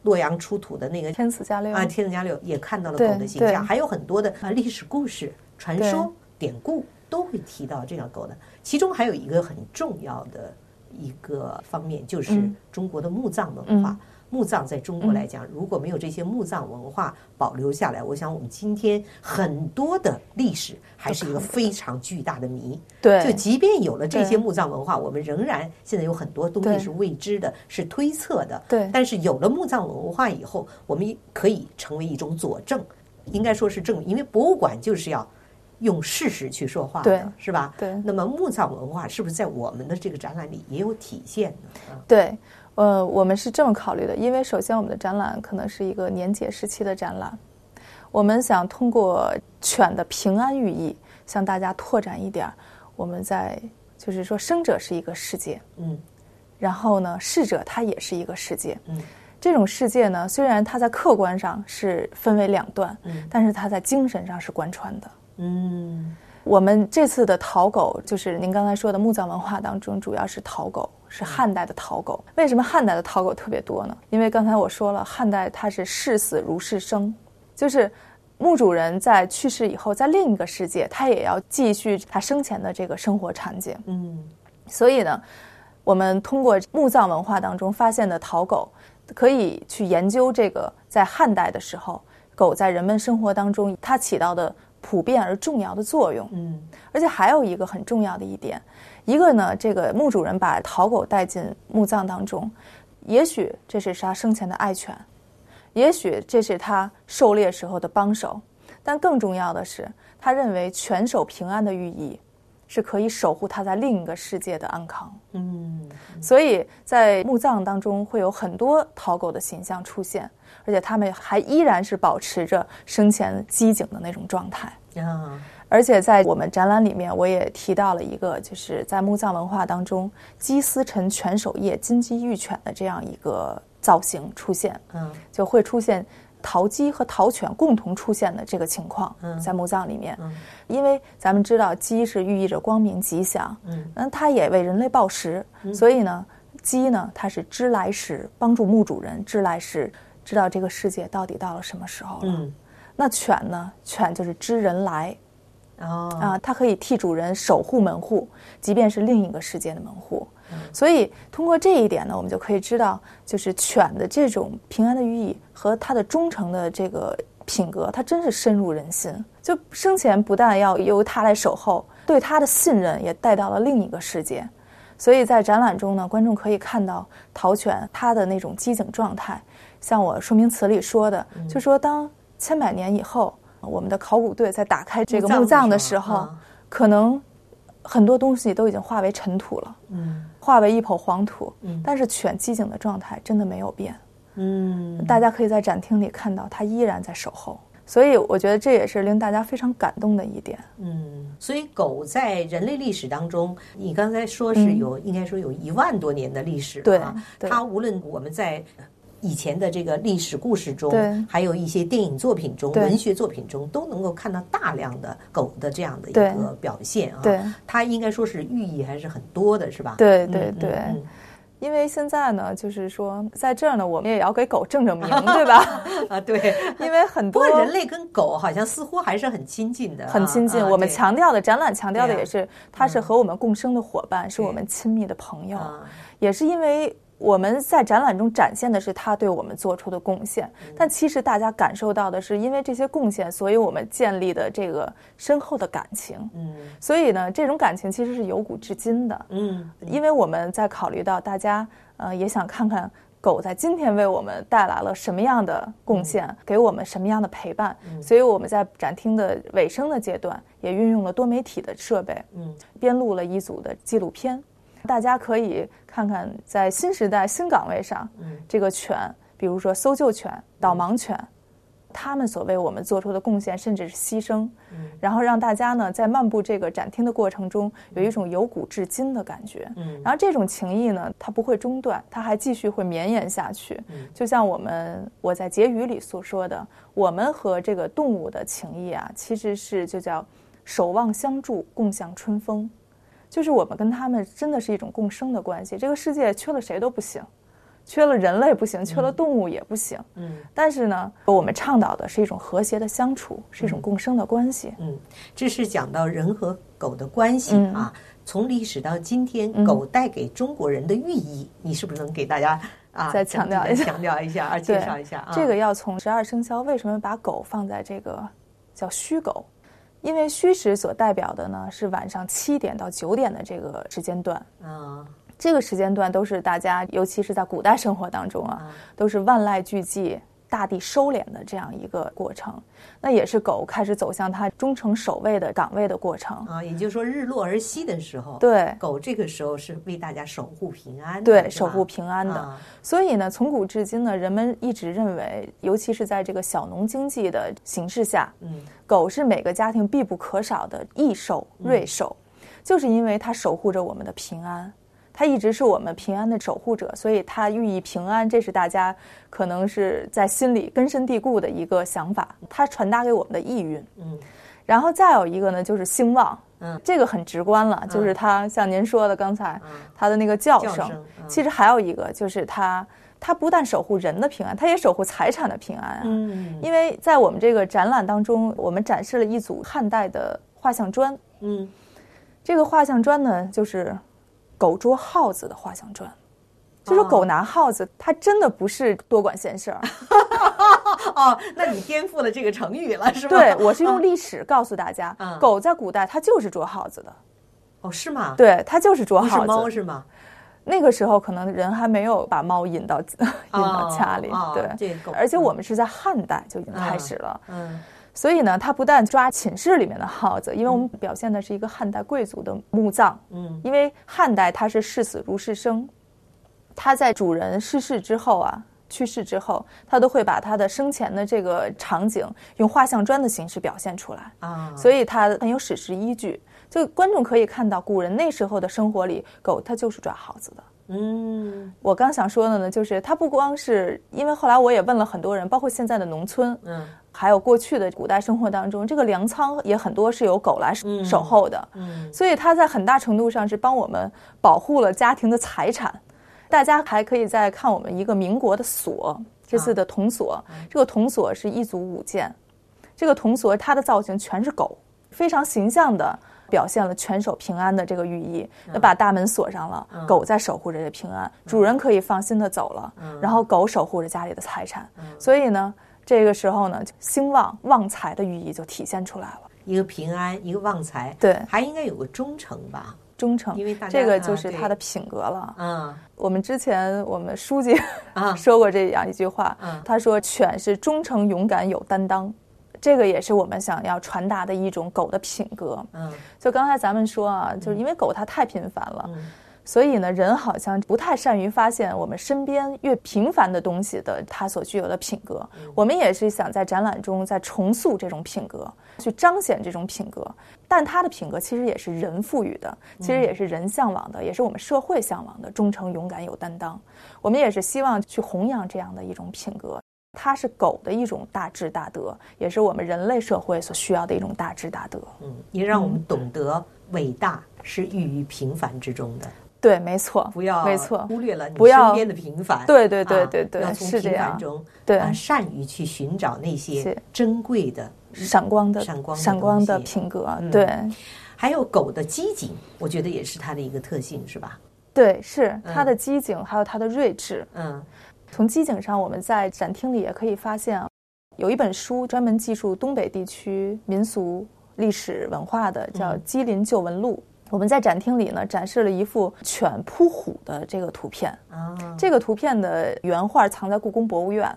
Speaker 4: 洛阳出土的那个
Speaker 6: 天子加六
Speaker 4: 啊，天子家柳也看到了狗
Speaker 6: 对
Speaker 4: 的形象，
Speaker 6: 对
Speaker 4: 还有很多的啊历史故事、传说、典故都会提到这条狗的。其中还有一个很重要的一个方面，就是
Speaker 6: 嗯
Speaker 4: 中国的墓葬文化。
Speaker 6: 嗯
Speaker 4: 墓葬在中国来讲，如果没有这些墓葬文化保留下来，我想我们今天很多的历史还是一个非常巨大的谜。就
Speaker 6: 对
Speaker 4: 即便有了这些
Speaker 6: 对
Speaker 4: 墓葬文化，我们仍然现在有很多东西
Speaker 6: 对
Speaker 4: 是未知的，是推测的。
Speaker 6: 对
Speaker 4: 但是有了墓葬文化以后，我们可以成为一种佐证，应该说是证明，因为博物馆就是要用事实去说话
Speaker 6: 对
Speaker 4: 的，是吧？
Speaker 6: 对
Speaker 4: 那么墓葬文化是不是在我们的这个展览里也有体现呢？啊
Speaker 6: 对，呃，我们是这么考虑的，因为首先我们的展览可能是一个年节时期的展览，我们想通过犬的平安寓意向大家拓展一点儿，我们在就是说生者是一个世界，
Speaker 4: 嗯
Speaker 6: 然后呢，逝者他也是一个世界，
Speaker 4: 嗯
Speaker 6: 这种世界呢，虽然它在客观上是分为两段，
Speaker 4: 嗯
Speaker 6: 但是它在精神上是贯穿的。
Speaker 4: 嗯
Speaker 6: 我们这次的陶狗，就是您刚才说的墓葬文化当中，主要是陶狗，是汉代的陶狗。为什么汉代的陶狗特别多呢？因为刚才我说了，汉代它是视死如是生，就是墓主人在去世以后，在另一个世界，他也要继续他生前的这个生活场景。
Speaker 4: 嗯
Speaker 6: 所以呢，我们通过墓葬文化当中发现的陶狗，可以去研究这个在汉代的时候，狗在人们生活当中它起到的普遍而重要的作用。
Speaker 4: 嗯
Speaker 6: 而且还有一个很重要的一点，一个呢，这个墓主人把陶狗带进墓葬当中，也许这是他生前的爱犬，也许这是他狩猎时候的帮手，但更重要的是，他认为犬守平安的寓意，是可以守护他在另一个世界的安康。
Speaker 4: 嗯
Speaker 6: 所以在墓葬当中会有很多陶狗的形象出现，而且它们还依然是保持着生前机警的那种状态。
Speaker 4: 啊
Speaker 6: 而且在我们展览里面，我也提到了一个，就是在墓葬文化当中，鸡司晨犬守夜，金鸡玉犬的这样一个造型出现，
Speaker 4: 嗯
Speaker 6: 就会出现陶鸡和陶犬共同出现的这个情况，
Speaker 4: 嗯
Speaker 6: 在墓葬里面，因为咱们知道鸡是寓意着光明吉祥，
Speaker 4: 嗯
Speaker 6: 那它也为人类报时，所以呢，鸡呢它是知来时，帮助墓主人知来时，知道这个世界到底到了什么时候了。
Speaker 4: 嗯
Speaker 6: 那犬呢，犬就是知人来。
Speaker 4: 哦
Speaker 6: 啊，它可以替主人守护门户，即便是另一个世界的门户。所以通过这一点呢，我们就可以知道，就是犬的这种平安的寓意和它的忠诚的这个品格，它真是深入人心。就生前不但要由它来守候，对它的信任也带到了另一个世界。所以在展览中呢，观众可以看到陶犬它的那种机警状态，像我说明词里说的，就说当千百年以后，我们的考古队在打开这个墓葬的时候，
Speaker 4: 啊
Speaker 6: 可能很多东西都已经化为尘土了，
Speaker 4: 嗯
Speaker 6: 化为一抔黄土。
Speaker 4: 嗯
Speaker 6: 但是犬机警的状态真的没有变，
Speaker 4: 嗯
Speaker 6: 大家可以在展厅里看到它依然在守候。所以我觉得这也是令大家非常感动的一点。
Speaker 4: 嗯，所以狗在人类历史当中，你刚才说是有，应该说有一万多年的历史了啊
Speaker 6: 嗯对对
Speaker 4: 它无论我们在以前的这个历史故事中
Speaker 6: 对，
Speaker 4: 还有一些电影作品中、
Speaker 6: 对
Speaker 4: 文学作品中，都能够看到大量的狗的这样的一
Speaker 6: 对
Speaker 4: 个表现啊。
Speaker 6: 对
Speaker 4: 它应该说是寓意还是很多的，是吧？
Speaker 6: 对
Speaker 4: 嗯，
Speaker 6: 对对。
Speaker 4: 嗯
Speaker 6: 因为现在呢，就是说，在这儿呢，我们也要给狗正正名，对吧？
Speaker 4: 嗯 啊，对。
Speaker 6: 因为很
Speaker 4: 不
Speaker 6: 多
Speaker 4: 过人类跟狗好像似乎还是很亲近的啊，
Speaker 6: 很亲近，
Speaker 4: 啊
Speaker 6: 我们
Speaker 4: 对
Speaker 6: 强调的展览强调的
Speaker 4: 对啊
Speaker 6: 也是，它是和我们共生的伙伴，是我们亲密的朋友。
Speaker 4: 啊，
Speaker 6: 也是因为我们在展览中展现的是他对我们做出的贡献，但其实大家感受到的是，因为这些贡献，所以我们建立的这个深厚的感情。
Speaker 4: 嗯
Speaker 6: 所以呢，这种感情其实是由古至今的，
Speaker 4: 嗯，
Speaker 6: 因为我们在考虑到大家呃也想看看。狗在今天为我们带来了什么样的贡献，给我们什么样的陪伴？所以我们在展厅的尾声的阶段，也运用了多媒体的设备，
Speaker 4: 嗯，
Speaker 6: 编录了一组的纪录片，大家可以看看在新时代新岗位上，这个犬，比如说搜救犬、导盲犬，他们所为我们做出的贡献甚至是牺牲，然后让大家呢在漫步这个展厅的过程中有一种由古至今的感觉，然后这种情谊呢它不会中断，它还继续会绵延下去，就像我们我在结语里所说的，我们和这个动物的情谊啊，其实是就叫守望相助，共享春风。就是我们跟他们真的是一种共生的关系，这个世界缺了谁都不行，缺了人类不行，缺了动物也不行。嗯，但是呢，我们倡导的是一种和谐的相处，是一种共生的关系。
Speaker 4: 这是讲到人和狗的关系
Speaker 6: 嗯
Speaker 4: 啊。从历史到今天，
Speaker 6: 嗯
Speaker 4: 狗带给中国人的寓意，你是不是能给大家啊
Speaker 6: 再强调一下
Speaker 4: 强调一下，啊，介
Speaker 6: 对
Speaker 4: 绍一下啊？
Speaker 6: 这个要从十二生肖为什么把狗放在这个叫戌狗，因为戌时所代表的呢是晚上七点到九点的这个时间段，
Speaker 4: 啊，
Speaker 6: 这个时间段都是大家，尤其是在古代生活当中啊，都是万籁俱寂、大地收敛的这样一个过程。那也是狗开始走向它忠诚守卫的岗位的过程。
Speaker 4: 啊，也就是说日落而息的时候，，
Speaker 6: 对
Speaker 4: 狗这个时候是为大家守护平安的，
Speaker 6: 对，
Speaker 4: 是吧
Speaker 6: 守护平安的。
Speaker 4: 啊
Speaker 6: 所以呢，从古至今呢，人们一直认为，尤其是在这个小农经济的形势下，
Speaker 4: 嗯
Speaker 6: 狗是每个家庭必不可少的益兽、
Speaker 4: 嗯
Speaker 6: 瑞兽，就是因为它守护着我们的平安。它一直是我们平安的守护者，所以它寓意平安，这是大家可能是在心里根深蒂固的一个想法，它传达给我们的意蕴。
Speaker 4: 嗯，
Speaker 6: 然后再有一个呢，就是兴旺，
Speaker 4: 嗯，
Speaker 6: 这个很直观了，就是它像您说的刚才，它的那个叫
Speaker 4: 叫
Speaker 6: 声，
Speaker 4: 声嗯
Speaker 6: 其实还有一个就是它，它不但守护人的平安，它也守护财产的平安啊。
Speaker 4: 嗯
Speaker 6: 因为在我们这个展览当中，我们展示了一组汉代的画像砖。
Speaker 4: 嗯，
Speaker 6: 这个画像砖呢，就是狗捉耗子的画像砖，就是狗拿耗子，它真的不是多管闲事儿。
Speaker 4: 哦，那你颠覆了这个成语了，是吧？
Speaker 6: 对我是用历史告诉大家
Speaker 4: 嗯，
Speaker 6: 狗在古代它就是捉耗子的，
Speaker 4: 哦，是吗？，
Speaker 6: 对，它就是捉
Speaker 4: 不是
Speaker 6: 耗
Speaker 4: 猫
Speaker 6: 子。
Speaker 4: 是吗？
Speaker 6: 那个时候可能人还没有把猫引到 引到家里
Speaker 4: 哦哦，
Speaker 6: 对
Speaker 4: 这狗，
Speaker 6: 而且我们是在汉代就已经开
Speaker 4: 嗯
Speaker 6: 始了。
Speaker 4: 嗯
Speaker 6: 所以呢，它不但抓寝室里面的耗子，因为我们表现的是一个汉代贵族的墓葬，
Speaker 4: 嗯
Speaker 6: 因为汉代它是视死如是生，它在主人逝世之后啊，去世之后，它都会把它的生前的这个场景用画像砖的形式表现出来，
Speaker 4: 啊，
Speaker 6: 所以它很有史实依据。就观众可以看到，古人那时候的生活里，狗它就是抓耗子的。
Speaker 4: 嗯
Speaker 6: 我刚想说的呢，就是它不光是因为后来我也问了很多人，包括现在的农村，
Speaker 4: 嗯，
Speaker 6: 还有过去的古代生活当中，这个粮仓也很多是由狗来守
Speaker 4: 嗯
Speaker 6: 守候的，
Speaker 4: 嗯
Speaker 6: 所以它在很大程度上是帮我们保护了家庭的财产。大家还可以再看我们一个民国的锁，这次的铜锁，这个铜锁是一组五件，这个铜锁它的造型全是狗，非常形象的。表现了全守平安的这个寓意，那把大门锁上了，狗在守护着这平安，主人可以放心的走了，然后狗守护着家里的财产，所以呢，这个时候呢，就兴旺旺财的寓意就体现出来了。
Speaker 4: 一个平安，一个旺财，
Speaker 6: 对
Speaker 4: 还应该有个忠诚吧？
Speaker 6: 忠诚，
Speaker 4: 因为大家
Speaker 6: 这个
Speaker 4: 啊
Speaker 6: 就是
Speaker 4: 对
Speaker 6: 他的品格了。
Speaker 4: 嗯
Speaker 6: 我们之前我们书记
Speaker 4: 啊
Speaker 6: 说过这样一句话
Speaker 4: 嗯，
Speaker 6: 他说：“犬是忠诚、勇敢、有担当。”这个也是我们想要传达的一种狗的品格。
Speaker 4: 嗯
Speaker 6: 就刚才咱们说啊，就是因为狗它太频繁了，所以呢，人好像不太善于发现我们身边越平凡的东西的它所具有的品格。我们也是想在展览中再重塑这种品格，去彰显这种品格。但他的品格其实也是人赋予的，其实也是人向往的，也是我们社会向往的忠诚、勇敢、有担当。我们也是希望去弘扬这样的一种品格。它是狗的一种大智大德，也是我们人类社会所需要的一种大智大德。
Speaker 4: 也让我们懂得伟大是寓于平凡之中的，
Speaker 6: 对，没错，
Speaker 4: 不要
Speaker 6: 没错，
Speaker 4: 忽略了你
Speaker 6: 不要
Speaker 4: 身边的平凡。
Speaker 6: 对对对
Speaker 4: 啊
Speaker 6: 对对
Speaker 4: 要从
Speaker 6: 是这
Speaker 4: 平凡
Speaker 6: 样
Speaker 4: 中
Speaker 6: 对
Speaker 4: 啊善于去寻找那些
Speaker 6: 是
Speaker 4: 珍贵的。
Speaker 6: 闪光的
Speaker 4: 闪光的
Speaker 6: 闪光的
Speaker 4: 东西嗯
Speaker 6: 品格，对
Speaker 4: 还有狗的机警，我觉得也是它的一个特性，是吧？
Speaker 6: 对，是它
Speaker 4: 嗯
Speaker 6: 的机警，还有它的睿智。
Speaker 4: 嗯
Speaker 6: 从机警上，我们在展厅里也可以发现，啊有一本书专门记述东北地区民俗历史文化的，叫
Speaker 4: 嗯
Speaker 6: 《鸡林旧闻录》。我们在展厅里呢，展示了一幅犬扑虎的这个图片。
Speaker 4: 啊，
Speaker 6: 这个图片的原画藏在故宫博物院，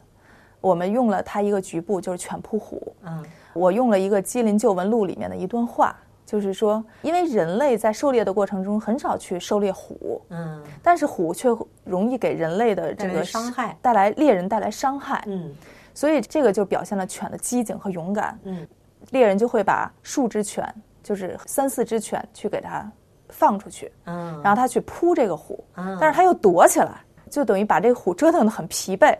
Speaker 6: 我们用了它一个局部，就是犬扑虎。
Speaker 4: 嗯
Speaker 6: 我用了一个《鸡林旧闻录》里面的一段话，就是说，因为人类在狩猎的过程中很少去狩猎虎，
Speaker 4: 嗯
Speaker 6: 但是虎却容易给人类的这
Speaker 4: 带来
Speaker 6: 个
Speaker 4: 伤害
Speaker 6: 带来猎人带来伤害，
Speaker 4: 嗯
Speaker 6: 所以这个就表现了犬的机警和勇敢。
Speaker 4: 嗯，
Speaker 6: 猎人就会把数只犬，就是三四只犬，去给它放出去，
Speaker 4: 嗯，
Speaker 6: 然后它去扑这个虎，
Speaker 4: 嗯
Speaker 6: 但是它又躲起来，就等于把这个虎折腾得很疲惫。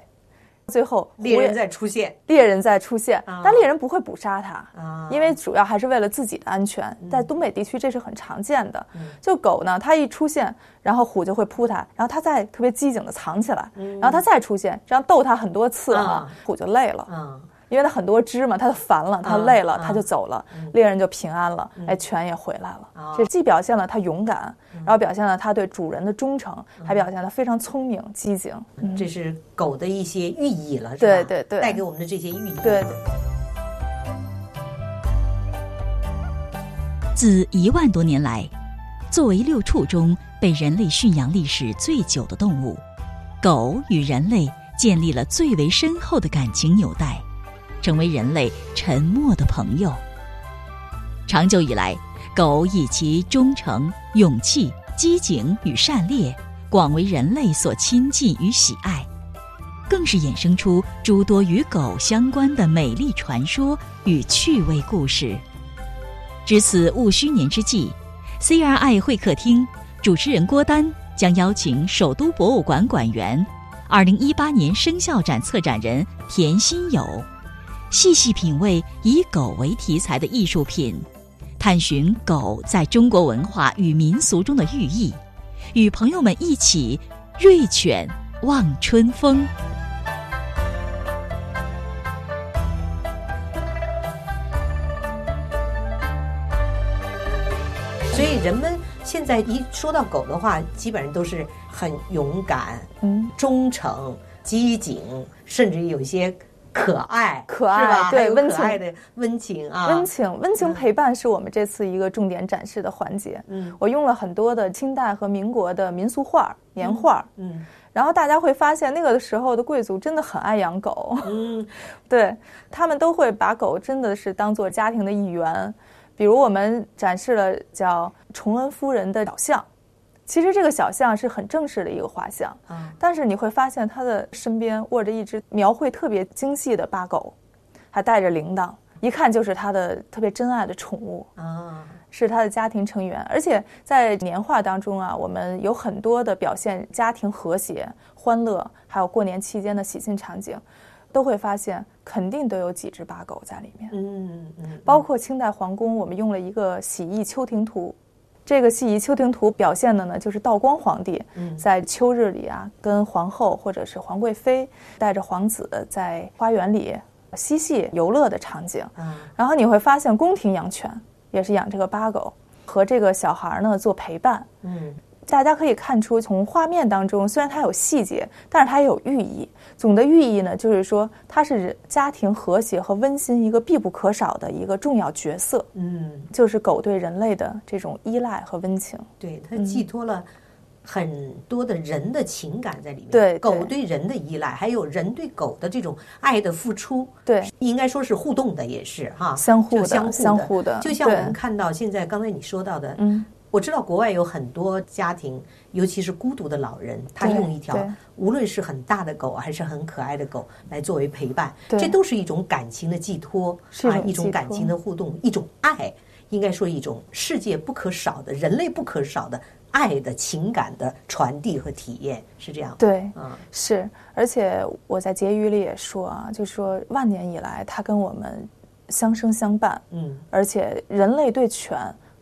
Speaker 6: 最后，虎
Speaker 4: 猎人
Speaker 6: 也
Speaker 4: 再出现
Speaker 6: 猎人再出现，但猎人不会捕杀它，
Speaker 4: 啊，嗯
Speaker 6: 因为主要还是为了自己的安全，在东北地区这是很常见的。就狗呢，它一出现，然后虎就会扑它，然后它再特别机警的藏起来，然后它再出现，这样逗它很多次啊
Speaker 4: 嗯啊，
Speaker 6: 虎就累了，
Speaker 4: 嗯
Speaker 6: 因为它很多只嘛，它就烦了，它累了，
Speaker 4: 啊嗯
Speaker 6: 它就走了，猎人就平安了，哎，犬也回来
Speaker 4: 啊
Speaker 6: 了。这既表现了它勇敢，然后表现了它对主人的忠诚，
Speaker 4: 嗯
Speaker 6: 还表现了非常聪明、机警。
Speaker 4: 这是狗的一些寓意了，是吧
Speaker 6: 嗯对对对
Speaker 4: 带给我们的这些寓意。
Speaker 6: 对，
Speaker 3: 自一万多年来，作为六畜中被人类驯养历史最久的动物，狗与人类建立了最为深厚的感情纽带，成为人类沉默的朋友。长久以来，狗以其忠诚、勇气、机警与善猎，广为人类所亲近与喜爱，更是衍生出诸多与狗相关的美丽传说与趣味故事。值此戊戌年之际，CRI 会客厅主持人郭丹将邀请首都博物馆馆员、二零一八年生肖展策展人田心友，细细品味以狗为题材的艺术品，探寻狗在中国文化与民俗中的寓意，与朋友们一起瑞犬望春风。
Speaker 4: 所以人们现在一说到狗的话，基本上都是很勇敢、
Speaker 6: 嗯，
Speaker 4: 忠诚、机警，甚至有一些可爱，
Speaker 6: 可爱
Speaker 4: 是吧？
Speaker 6: 对
Speaker 4: 还有
Speaker 6: 温
Speaker 4: 可
Speaker 6: 情
Speaker 4: 爱的温情啊，
Speaker 6: 温情，温情陪伴是我们这次一个重点展示的环节。
Speaker 4: 嗯
Speaker 6: 我用了很多的清代和民国的民俗画儿、年画儿，
Speaker 4: 嗯
Speaker 6: 然后大家会发现那个时候的贵族真的很爱养狗，
Speaker 4: 嗯
Speaker 6: 对他们都会把狗真的是当做家庭的一员。比如我们展示了叫崇恩夫人的小象，其实这个小象是很正式的一个画像，
Speaker 4: 啊，
Speaker 6: 但是你会发现它的身边握着一只描绘特别精细的八狗，还带着铃铛，一看就是它的特别珍爱的宠物。
Speaker 4: 啊，
Speaker 6: 是他的家庭成员，而且在年画当中啊，我们有很多的表现家庭和谐、欢乐，还有过年期间的喜庆场景，都会发现肯定都有几只八狗在里面。
Speaker 4: 嗯嗯，
Speaker 6: 包括清代皇宫，我们用了一个洗衣秋庭图。这个洗衣秋庭图表现的呢，就是道光皇帝
Speaker 4: 嗯
Speaker 6: 在秋日里啊，跟皇后或者是皇贵妃带着皇子在花园里嬉戏游乐的场景。
Speaker 4: 啊
Speaker 6: 然后你会发现，宫廷养犬也是养这个八狗，和这个小孩儿呢做陪伴。
Speaker 4: 嗯
Speaker 6: 大家可以看出，从画面当中，虽然它有细节，但是它也有寓意。总的寓意呢，就是说它是人家庭和谐和温馨一个必不可少的一个重要角色，
Speaker 4: 嗯，
Speaker 6: 就是狗对人类的这种依赖和温情。
Speaker 4: 对，它寄托了。很多的人的情感在里面，
Speaker 6: 对对
Speaker 4: 狗对人的依赖，还有人对狗的这种爱的付出，
Speaker 6: 对，
Speaker 4: 应该说是互动的，也是哈，
Speaker 6: 相互
Speaker 4: 就
Speaker 6: 的
Speaker 4: 相互的，
Speaker 6: 相互的
Speaker 4: 就像我
Speaker 6: 对
Speaker 4: 们看到现在刚才你说到的，
Speaker 6: 嗯，
Speaker 4: 我知道国外有很多家庭，尤其是孤独的老人，他
Speaker 6: 对
Speaker 4: 用一条
Speaker 6: 对
Speaker 4: 无论是很大的狗还是很可爱的狗来作为陪伴，
Speaker 6: 对
Speaker 4: 这都是一种感情的寄托
Speaker 6: 是
Speaker 4: 啊，
Speaker 6: 一种
Speaker 4: 一种
Speaker 6: 寄
Speaker 4: 感
Speaker 6: 托
Speaker 4: 情的互动，一种爱，应该说一种世界不可少的、人类不可少的爱的情感的传递和体验，是这样吗。
Speaker 6: 对，
Speaker 4: 啊，
Speaker 6: 是，而且我在结语里也说啊，就说万年以来，它跟我们相生相伴，
Speaker 4: 嗯，
Speaker 6: 而且人类对犬，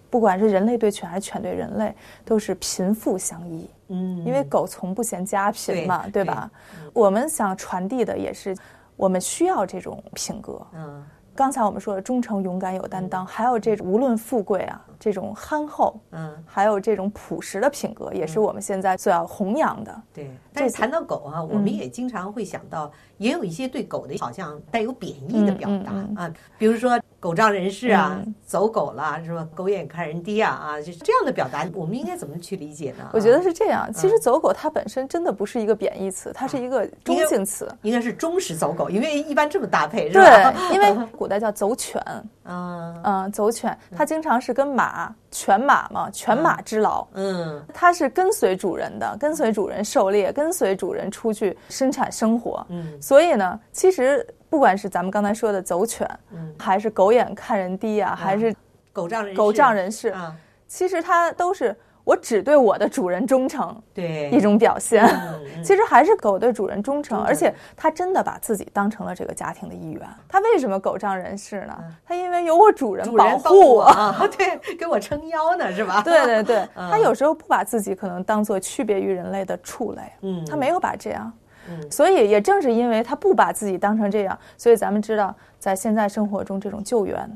Speaker 6: 不管是人类对犬还是犬对人类，都是贫富相依。
Speaker 4: 嗯，
Speaker 6: 因为狗从不嫌家
Speaker 4: 对
Speaker 6: 贫嘛，对
Speaker 4: 对
Speaker 6: 吧？我们想传递的也是，我们需要这种品格。
Speaker 4: 嗯
Speaker 6: 刚才我们说的忠诚、勇敢、有担当，还有这种无论富贵啊，这种憨厚，
Speaker 4: 嗯，
Speaker 6: 还有这种朴实的品格，也是我们现在最要弘扬的。
Speaker 4: 对。但是谈到狗
Speaker 6: 嗯
Speaker 4: 啊，我们也经常会想到，也有一些对狗的好像带有贬义的表达
Speaker 6: 嗯嗯
Speaker 4: 啊，比如说狗仗人势啊
Speaker 6: 嗯，
Speaker 4: 走狗啦，是吧？狗眼看人低啊啊，就是这样的表达，我们应该怎么去理解呢？
Speaker 6: 我觉得
Speaker 4: 啊
Speaker 6: 是这样。其实“走狗”它本身真的不是一个贬义词，它
Speaker 4: 啊
Speaker 6: 是一个中性词。
Speaker 4: 应该是忠实走狗，因为一般这么搭 配是吧？
Speaker 6: 对，因为古代叫走犬，
Speaker 4: 啊，
Speaker 6: 嗯、走犬，它经常是跟马，犬马嘛，犬马之劳。
Speaker 4: 嗯
Speaker 6: 它是跟随主人的，跟随主人狩猎，跟随主人出去生产生活。
Speaker 4: 嗯
Speaker 6: 所以呢，其实不管是咱们刚才说的走犬，
Speaker 4: 嗯，
Speaker 6: 还是狗眼看人低啊，还是
Speaker 4: 狗仗人势
Speaker 6: 狗仗人势，
Speaker 4: 啊，
Speaker 6: 其实它都是我只对我的主人忠诚
Speaker 4: 对，
Speaker 6: 一种表现。
Speaker 4: 嗯嗯
Speaker 6: 其实还是狗对主人忠诚，
Speaker 4: 诚
Speaker 6: 而且它真的把自己当成了这个家庭的一员。它为什么狗仗人势呢？它因为有我主人
Speaker 4: 嗯主
Speaker 6: 保
Speaker 4: 人
Speaker 6: 护
Speaker 4: 我
Speaker 6: 我。
Speaker 4: 啊， 对，给我撑腰呢是 吧？
Speaker 6: 对对对，
Speaker 4: 嗯
Speaker 6: 它有时候不把自己可能当做区别于人类的畜类，
Speaker 4: 嗯
Speaker 6: 它没有把这样。
Speaker 4: 嗯
Speaker 6: 所以也正是因为它不把自己当成这样，所以咱们知道，在现在生活中这种救援，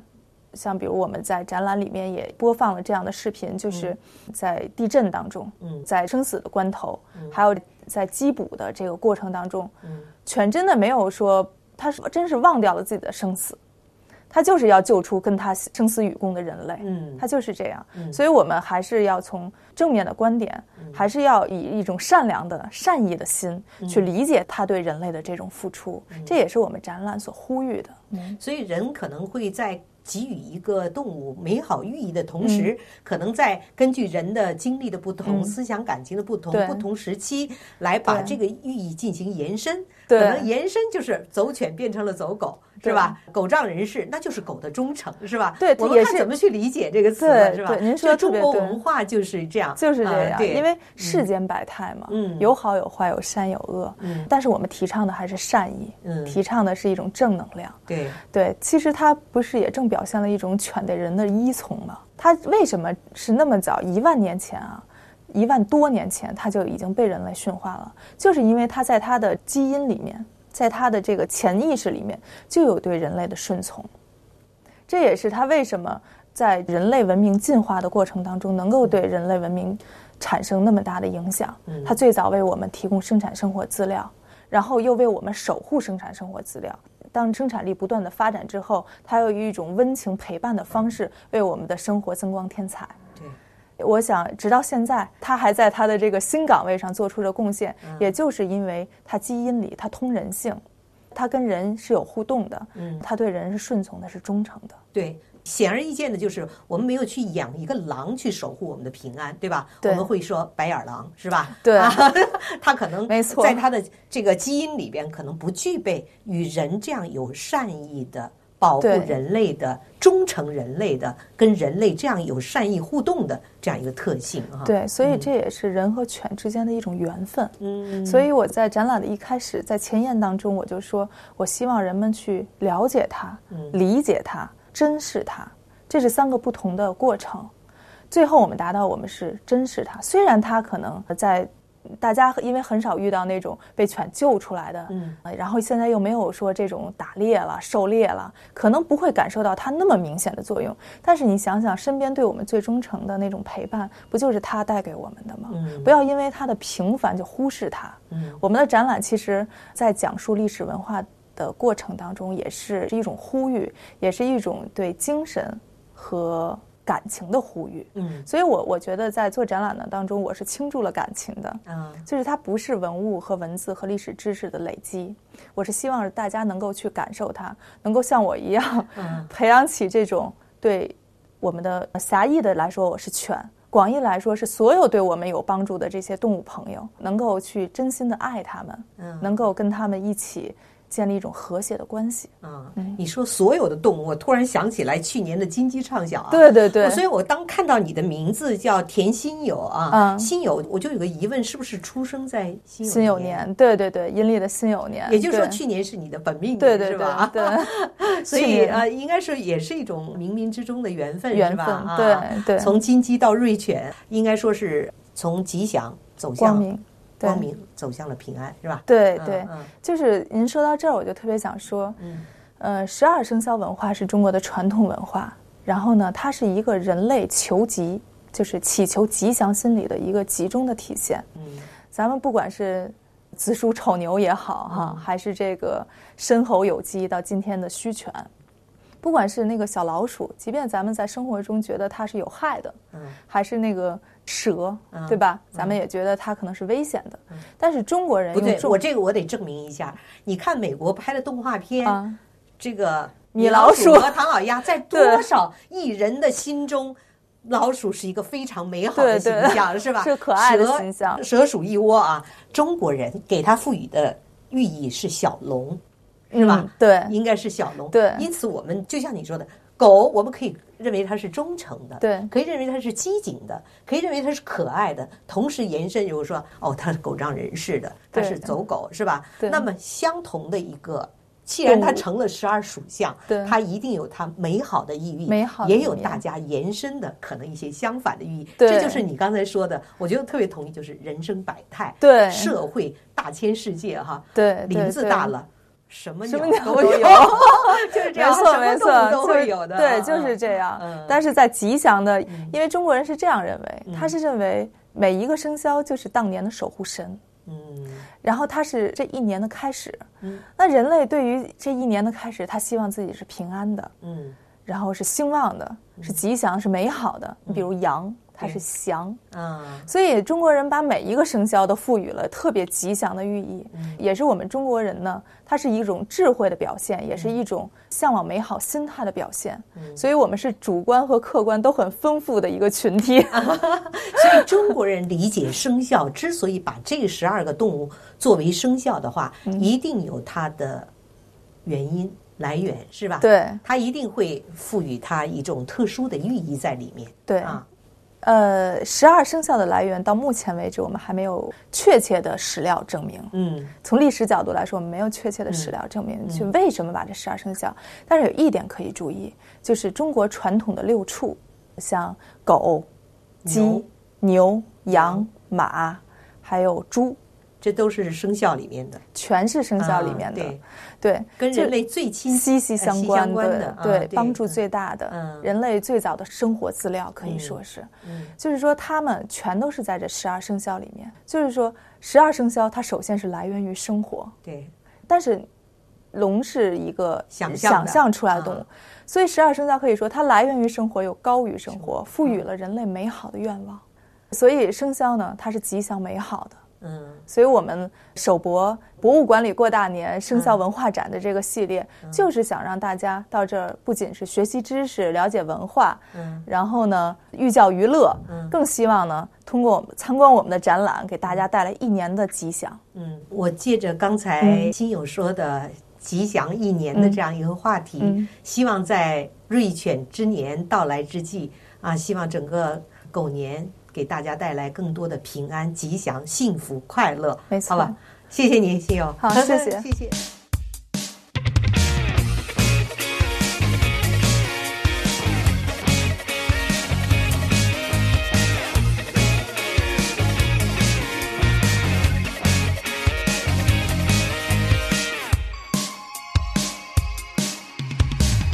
Speaker 6: 像比如我们在展览里面也播放了这样的视频，就是在地震当中，
Speaker 4: 嗯
Speaker 6: 在生死的关头，还有在缉捕的这个过程当中，
Speaker 4: 嗯
Speaker 6: 犬真的没有说它是真是忘掉了自己的生死，它就是要救出跟它生死与共的人类，
Speaker 4: 嗯
Speaker 6: 它就是这样，
Speaker 4: 嗯
Speaker 6: 所以我们还是要从正面的观点，还是要以一种善良的、善意的心
Speaker 4: 嗯
Speaker 6: 去理解他对人类的这种付出，这也是我们展览所呼吁的。
Speaker 4: 所以人可能会在给予一个动物美好寓意的同时，可能在根据人的经历的不同、
Speaker 6: 嗯
Speaker 4: 思想感情的不同、
Speaker 6: 对
Speaker 4: 不同时期，来把这
Speaker 6: 对
Speaker 4: 个寓意进行延伸。
Speaker 6: 对
Speaker 4: 可能延伸就是走犬变成了走狗，是吧？狗仗人势，那就是狗的忠诚，是吧？
Speaker 6: 对
Speaker 4: 我
Speaker 6: 也
Speaker 4: 们看
Speaker 6: 是
Speaker 4: 怎么去理解这个词
Speaker 6: 对
Speaker 4: 了，是吧？
Speaker 6: 对您说得
Speaker 4: 就中
Speaker 6: 特别
Speaker 4: 国
Speaker 6: 对
Speaker 4: 文化就是这样，
Speaker 6: 就是这
Speaker 4: 呃
Speaker 6: 样，
Speaker 4: 对，
Speaker 6: 因为世间百态嘛，
Speaker 4: 嗯
Speaker 6: 有好有坏，有善有恶，
Speaker 4: 嗯
Speaker 6: 但是我们提倡的还是善意，
Speaker 4: 嗯
Speaker 6: 提倡的是一种正能量。
Speaker 4: 对，
Speaker 6: 对，其实它不是也正表现了一种犬对人的依从吗？它为什么是那么早一万年前啊？一万多年前，它就已经被人类驯化了，就是因为它在它的基因里面，在它的这个潜意识里面就有对人类的顺从，这也是它为什么在人类文明进化的过程当中能够对人类文明产生那么大的影响。它最早为我们提供生产生活资料，然后又为我们守护生产生活资料。当生产力不断的发展之后，它又以一种温情陪伴的方式为我们的生活增光添彩。
Speaker 4: 对，
Speaker 6: 我想，直到现在，它还在它的这个新岗位上做出了贡献，
Speaker 4: 嗯
Speaker 6: 也就是因为它基因里它通人性，它跟人是有互动的，
Speaker 4: 嗯
Speaker 6: 它对人是顺从的，是忠诚的。
Speaker 4: 对，显而易见的就是我们没有去养一个狼去守护我们的平安，对吧？
Speaker 6: 对
Speaker 4: 我们会说白眼狼是吧？
Speaker 6: 对
Speaker 4: 啊，它可能
Speaker 6: 没错
Speaker 4: 在它的这个基因里边可能不具备与人这样有善意的。保护
Speaker 6: 对
Speaker 4: 人类的、忠诚人类的、跟人类这样有善意互动的这样一个特性啊，
Speaker 6: 对，所以这也是人和犬之间的一种缘分。
Speaker 4: 嗯，
Speaker 6: 所以我在展览的一开始，在前言当中，我就说，我希望人们去了解它、理解它、珍视它，这是三个不同的过程。最后我们达到，我们是珍视它。虽然它可能在大家因为很少遇到那种被犬救出来的，
Speaker 4: 嗯
Speaker 6: 呃，然后现在又没有说这种打猎了、狩猎了，可能不会感受到它那么明显的作用。但是你想想，身边对我们最忠诚的那种陪伴，不就是它带给我们的吗？
Speaker 4: 嗯
Speaker 6: 不要因为它的平凡就忽视它。
Speaker 4: 嗯
Speaker 6: 我们的展览其实，在讲述历史文化的过程当中，也是一种呼吁，也是一种对精神和感情的呼吁。
Speaker 4: 嗯
Speaker 6: 所以我我觉得在做展览的当中，我是倾注了感情的。
Speaker 4: 啊，
Speaker 6: 就是它不是文物和文字和历史知识的累积，我是希望大家能够去感受它，能够像我一
Speaker 4: 嗯
Speaker 6: 样，培养起这种对我们的狭义的来说我是犬，广义来说，是所有对我们有帮助的这些动物朋友，能够去真心的爱它们，
Speaker 4: 嗯
Speaker 6: 能够跟它们一起建立一种和谐的关系。
Speaker 4: 啊
Speaker 6: 嗯，
Speaker 4: 你说所有的动物，我突然想起来去年的金鸡畅想啊。
Speaker 6: 对对对
Speaker 4: 我所以我当看到你的名字叫田心友啊，
Speaker 6: 嗯
Speaker 4: 心友，我就有个疑问，是不是出生在辛
Speaker 6: 辛酉
Speaker 4: 酉
Speaker 6: 年，对对对，阴历的辛酉年，
Speaker 4: 也就是说，
Speaker 6: 对
Speaker 4: 去年是你的本命年，
Speaker 6: 对对
Speaker 4: 是
Speaker 6: 对
Speaker 4: 吧？
Speaker 6: 对，
Speaker 4: 所
Speaker 6: 去
Speaker 4: 以
Speaker 6: 年
Speaker 4: 呃，应该是也是一种冥冥之中的缘分，
Speaker 6: 缘
Speaker 4: 是吧
Speaker 6: 分
Speaker 4: 啊、
Speaker 6: 对对
Speaker 4: 从金鸡到瑞犬，应该说是从吉祥走向
Speaker 6: 光明，对
Speaker 4: 光明走向了平安，是吧？
Speaker 6: 对
Speaker 4: 嗯
Speaker 6: 对，
Speaker 4: 嗯
Speaker 6: 就是您说到这儿，我就特别想说，
Speaker 4: 嗯
Speaker 6: 呃，十二生肖文化是中国的传统文化，然后呢，它是一个人类求吉，就是祈求吉祥心理的一个集中的体现。
Speaker 4: 嗯
Speaker 6: 咱们不管是子鼠丑牛也好哈、
Speaker 4: 嗯
Speaker 6: 还是这个申猴酉鸡到今天的戌犬，不管是那个小老鼠，即便咱们在生活中觉得它是有害的，
Speaker 4: 嗯
Speaker 6: 还是那个蛇，
Speaker 4: 嗯
Speaker 6: 对吧？咱们也觉得它可能是危险的，但是中国人
Speaker 4: 不对
Speaker 6: 用，
Speaker 4: 我
Speaker 6: 中
Speaker 4: 这个我得证明一下。你看美国拍的动画片，
Speaker 6: 啊。
Speaker 4: 这个
Speaker 6: 米老鼠
Speaker 4: 和唐老鸭，在多
Speaker 6: 对
Speaker 4: 少艺人的心中，老鼠是一个非常美好的
Speaker 6: 对
Speaker 4: 形
Speaker 6: 对
Speaker 4: 象，是吧？
Speaker 6: 是可爱的
Speaker 4: 蛇
Speaker 6: 形象
Speaker 4: 蛇鼠一窝啊，中国人给它赋予的寓意是小龙，是吧
Speaker 6: 嗯？对
Speaker 4: 应该是小龙。
Speaker 6: 对
Speaker 4: 因此我们就像你说的，狗我们可以认为它是忠诚的，
Speaker 6: 对
Speaker 4: 可以认为它是机警的，可以认为它是可爱的，同时延伸如果说哦，它是狗仗人势的，它
Speaker 6: 对
Speaker 4: 是走狗是吧？
Speaker 6: 对
Speaker 4: 那么相同的一个。既然它
Speaker 6: 动物
Speaker 4: 成了十二属相，
Speaker 6: 对
Speaker 4: 它一定有它美好的意义，
Speaker 6: 美好的
Speaker 4: 也有
Speaker 6: 一面
Speaker 4: 大家延伸的可能一些相反的寓意。
Speaker 6: 对
Speaker 4: 这就是你刚才说的，我觉得特别同意，就是人生百态，
Speaker 6: 对
Speaker 4: 社会大千世界哈，
Speaker 6: 对，
Speaker 4: 林
Speaker 6: 呃对
Speaker 4: 子
Speaker 6: 对
Speaker 4: 大了，什么
Speaker 6: 什么
Speaker 4: 鸟
Speaker 6: 鸟
Speaker 4: 都
Speaker 6: 都
Speaker 4: 有，
Speaker 6: 有
Speaker 4: 就是这
Speaker 6: 没
Speaker 4: 样，
Speaker 6: 错，
Speaker 4: 什么
Speaker 6: 没
Speaker 4: 动物都
Speaker 6: 错，就
Speaker 4: 会
Speaker 6: 是
Speaker 4: 有的，
Speaker 6: 对，
Speaker 4: 嗯
Speaker 6: 就是这样
Speaker 4: 嗯。
Speaker 6: 但是在吉祥的
Speaker 4: 嗯，
Speaker 6: 因为中国人是这样认为
Speaker 4: 嗯，
Speaker 6: 他是认为每一个生肖就是当年的守护神，
Speaker 4: 嗯
Speaker 6: 然后它是这一年的开始
Speaker 4: 嗯。
Speaker 6: 那人类对于这一年的开始，他希望自己是平安的，
Speaker 4: 嗯
Speaker 6: 然后是兴旺的，是吉祥，是美好的。你比如羊，它
Speaker 4: 嗯对
Speaker 6: 是祥，
Speaker 4: 啊
Speaker 6: 所以中国人把每一个生肖都赋予了特别吉祥的寓意，也是我们中国人呢，它是一种智慧的表现，也是一种向往美好心态的表现。所以，我们是主观和客观都很丰富的一个群体。
Speaker 4: 所以中国人理解生肖，之所以把这十二个动物作为生肖的话，
Speaker 6: 嗯
Speaker 4: 一定有它的原因来源，是吧？，
Speaker 6: 对
Speaker 4: 它一定会赋予它一种特殊的寓意在里面
Speaker 6: 对，
Speaker 4: 啊。
Speaker 6: 呃，十二生肖的来源到目前为止，我们还没有确切的史料证明。
Speaker 4: 嗯
Speaker 6: 从历史角度来说，我们没有确切的史料证明去为什么把这十二生肖。但是有一点可以注意，就是中国传统的六畜，像狗、
Speaker 4: 牛嗯
Speaker 6: 鸡、牛、羊、马，还有猪，
Speaker 4: 这都是生肖里面的，
Speaker 6: 全是生肖里面的，
Speaker 4: 啊对
Speaker 6: 对，
Speaker 4: 跟
Speaker 6: 这
Speaker 4: 人类最亲
Speaker 6: 息息
Speaker 4: 呃
Speaker 6: 相
Speaker 4: 息
Speaker 6: 关
Speaker 4: 相
Speaker 6: 的，
Speaker 4: 关的啊
Speaker 6: 对，
Speaker 4: 对
Speaker 6: 帮助
Speaker 4: 嗯
Speaker 6: 最大的、
Speaker 4: 嗯
Speaker 6: 人类最早的生活资料，可以
Speaker 4: 嗯
Speaker 6: 说是，
Speaker 4: 嗯
Speaker 6: 就是说他们全都是在这十二生肖里面。就是说，十二生肖它首先是来源于生活，
Speaker 4: 对，
Speaker 6: 但是龙是一个
Speaker 4: 想象的
Speaker 6: 想象出来的动物，
Speaker 4: 嗯
Speaker 6: 所以十二生肖可以说它来源于生活，又高于生活，赋予了人类美好的愿望。所以生肖呢，它是吉祥美好的。
Speaker 4: 嗯
Speaker 6: 所以我们首博博物馆里过大年生肖文化展的这个系列，
Speaker 4: 嗯
Speaker 6: 就是想让大家到这儿不仅是学习知识、了解文化，
Speaker 4: 嗯
Speaker 6: 然后呢寓教于乐
Speaker 4: 嗯，
Speaker 6: 更希望呢通过我们参观我们的展览，给大家带来一年的吉祥。
Speaker 4: 嗯，我借着刚才
Speaker 6: 嗯
Speaker 4: 亲友说的吉祥一年的这样一个话题，
Speaker 6: 嗯
Speaker 4: 希望在瑞犬之年到来之际啊，希望整个狗年给大家带来更多的平安、吉祥、幸福、快乐。
Speaker 6: 没错
Speaker 4: 好吧，谢谢您，亲友。
Speaker 6: 好谢 谢
Speaker 4: 谢谢。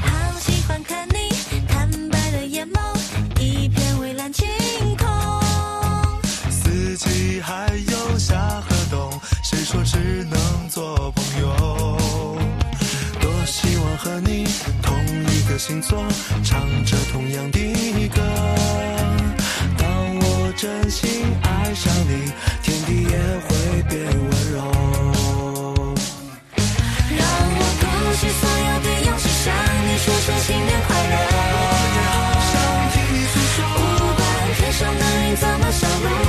Speaker 7: 好喜欢看你坦白的眼眸，一片蔚蓝晴空。
Speaker 9: 四季还有夏和冬，谁说只能做朋友？多希望和你同一个星座，唱着同样的歌。当我真心爱上你，天地也会变温柔。
Speaker 7: 让我鼓起所有的勇气，向你说声新年快乐。我要向天诉说，不管天上的人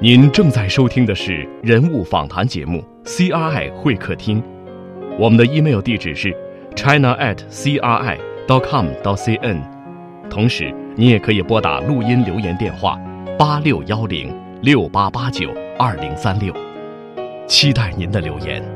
Speaker 8: 您正在收听的是《人物访谈》节目 CRI 会客厅，我们的 email 地址是 china at cri dot com dot cn，同时你也可以拨打录音留言电话八六幺零六八八九二零三六，期待您的留言。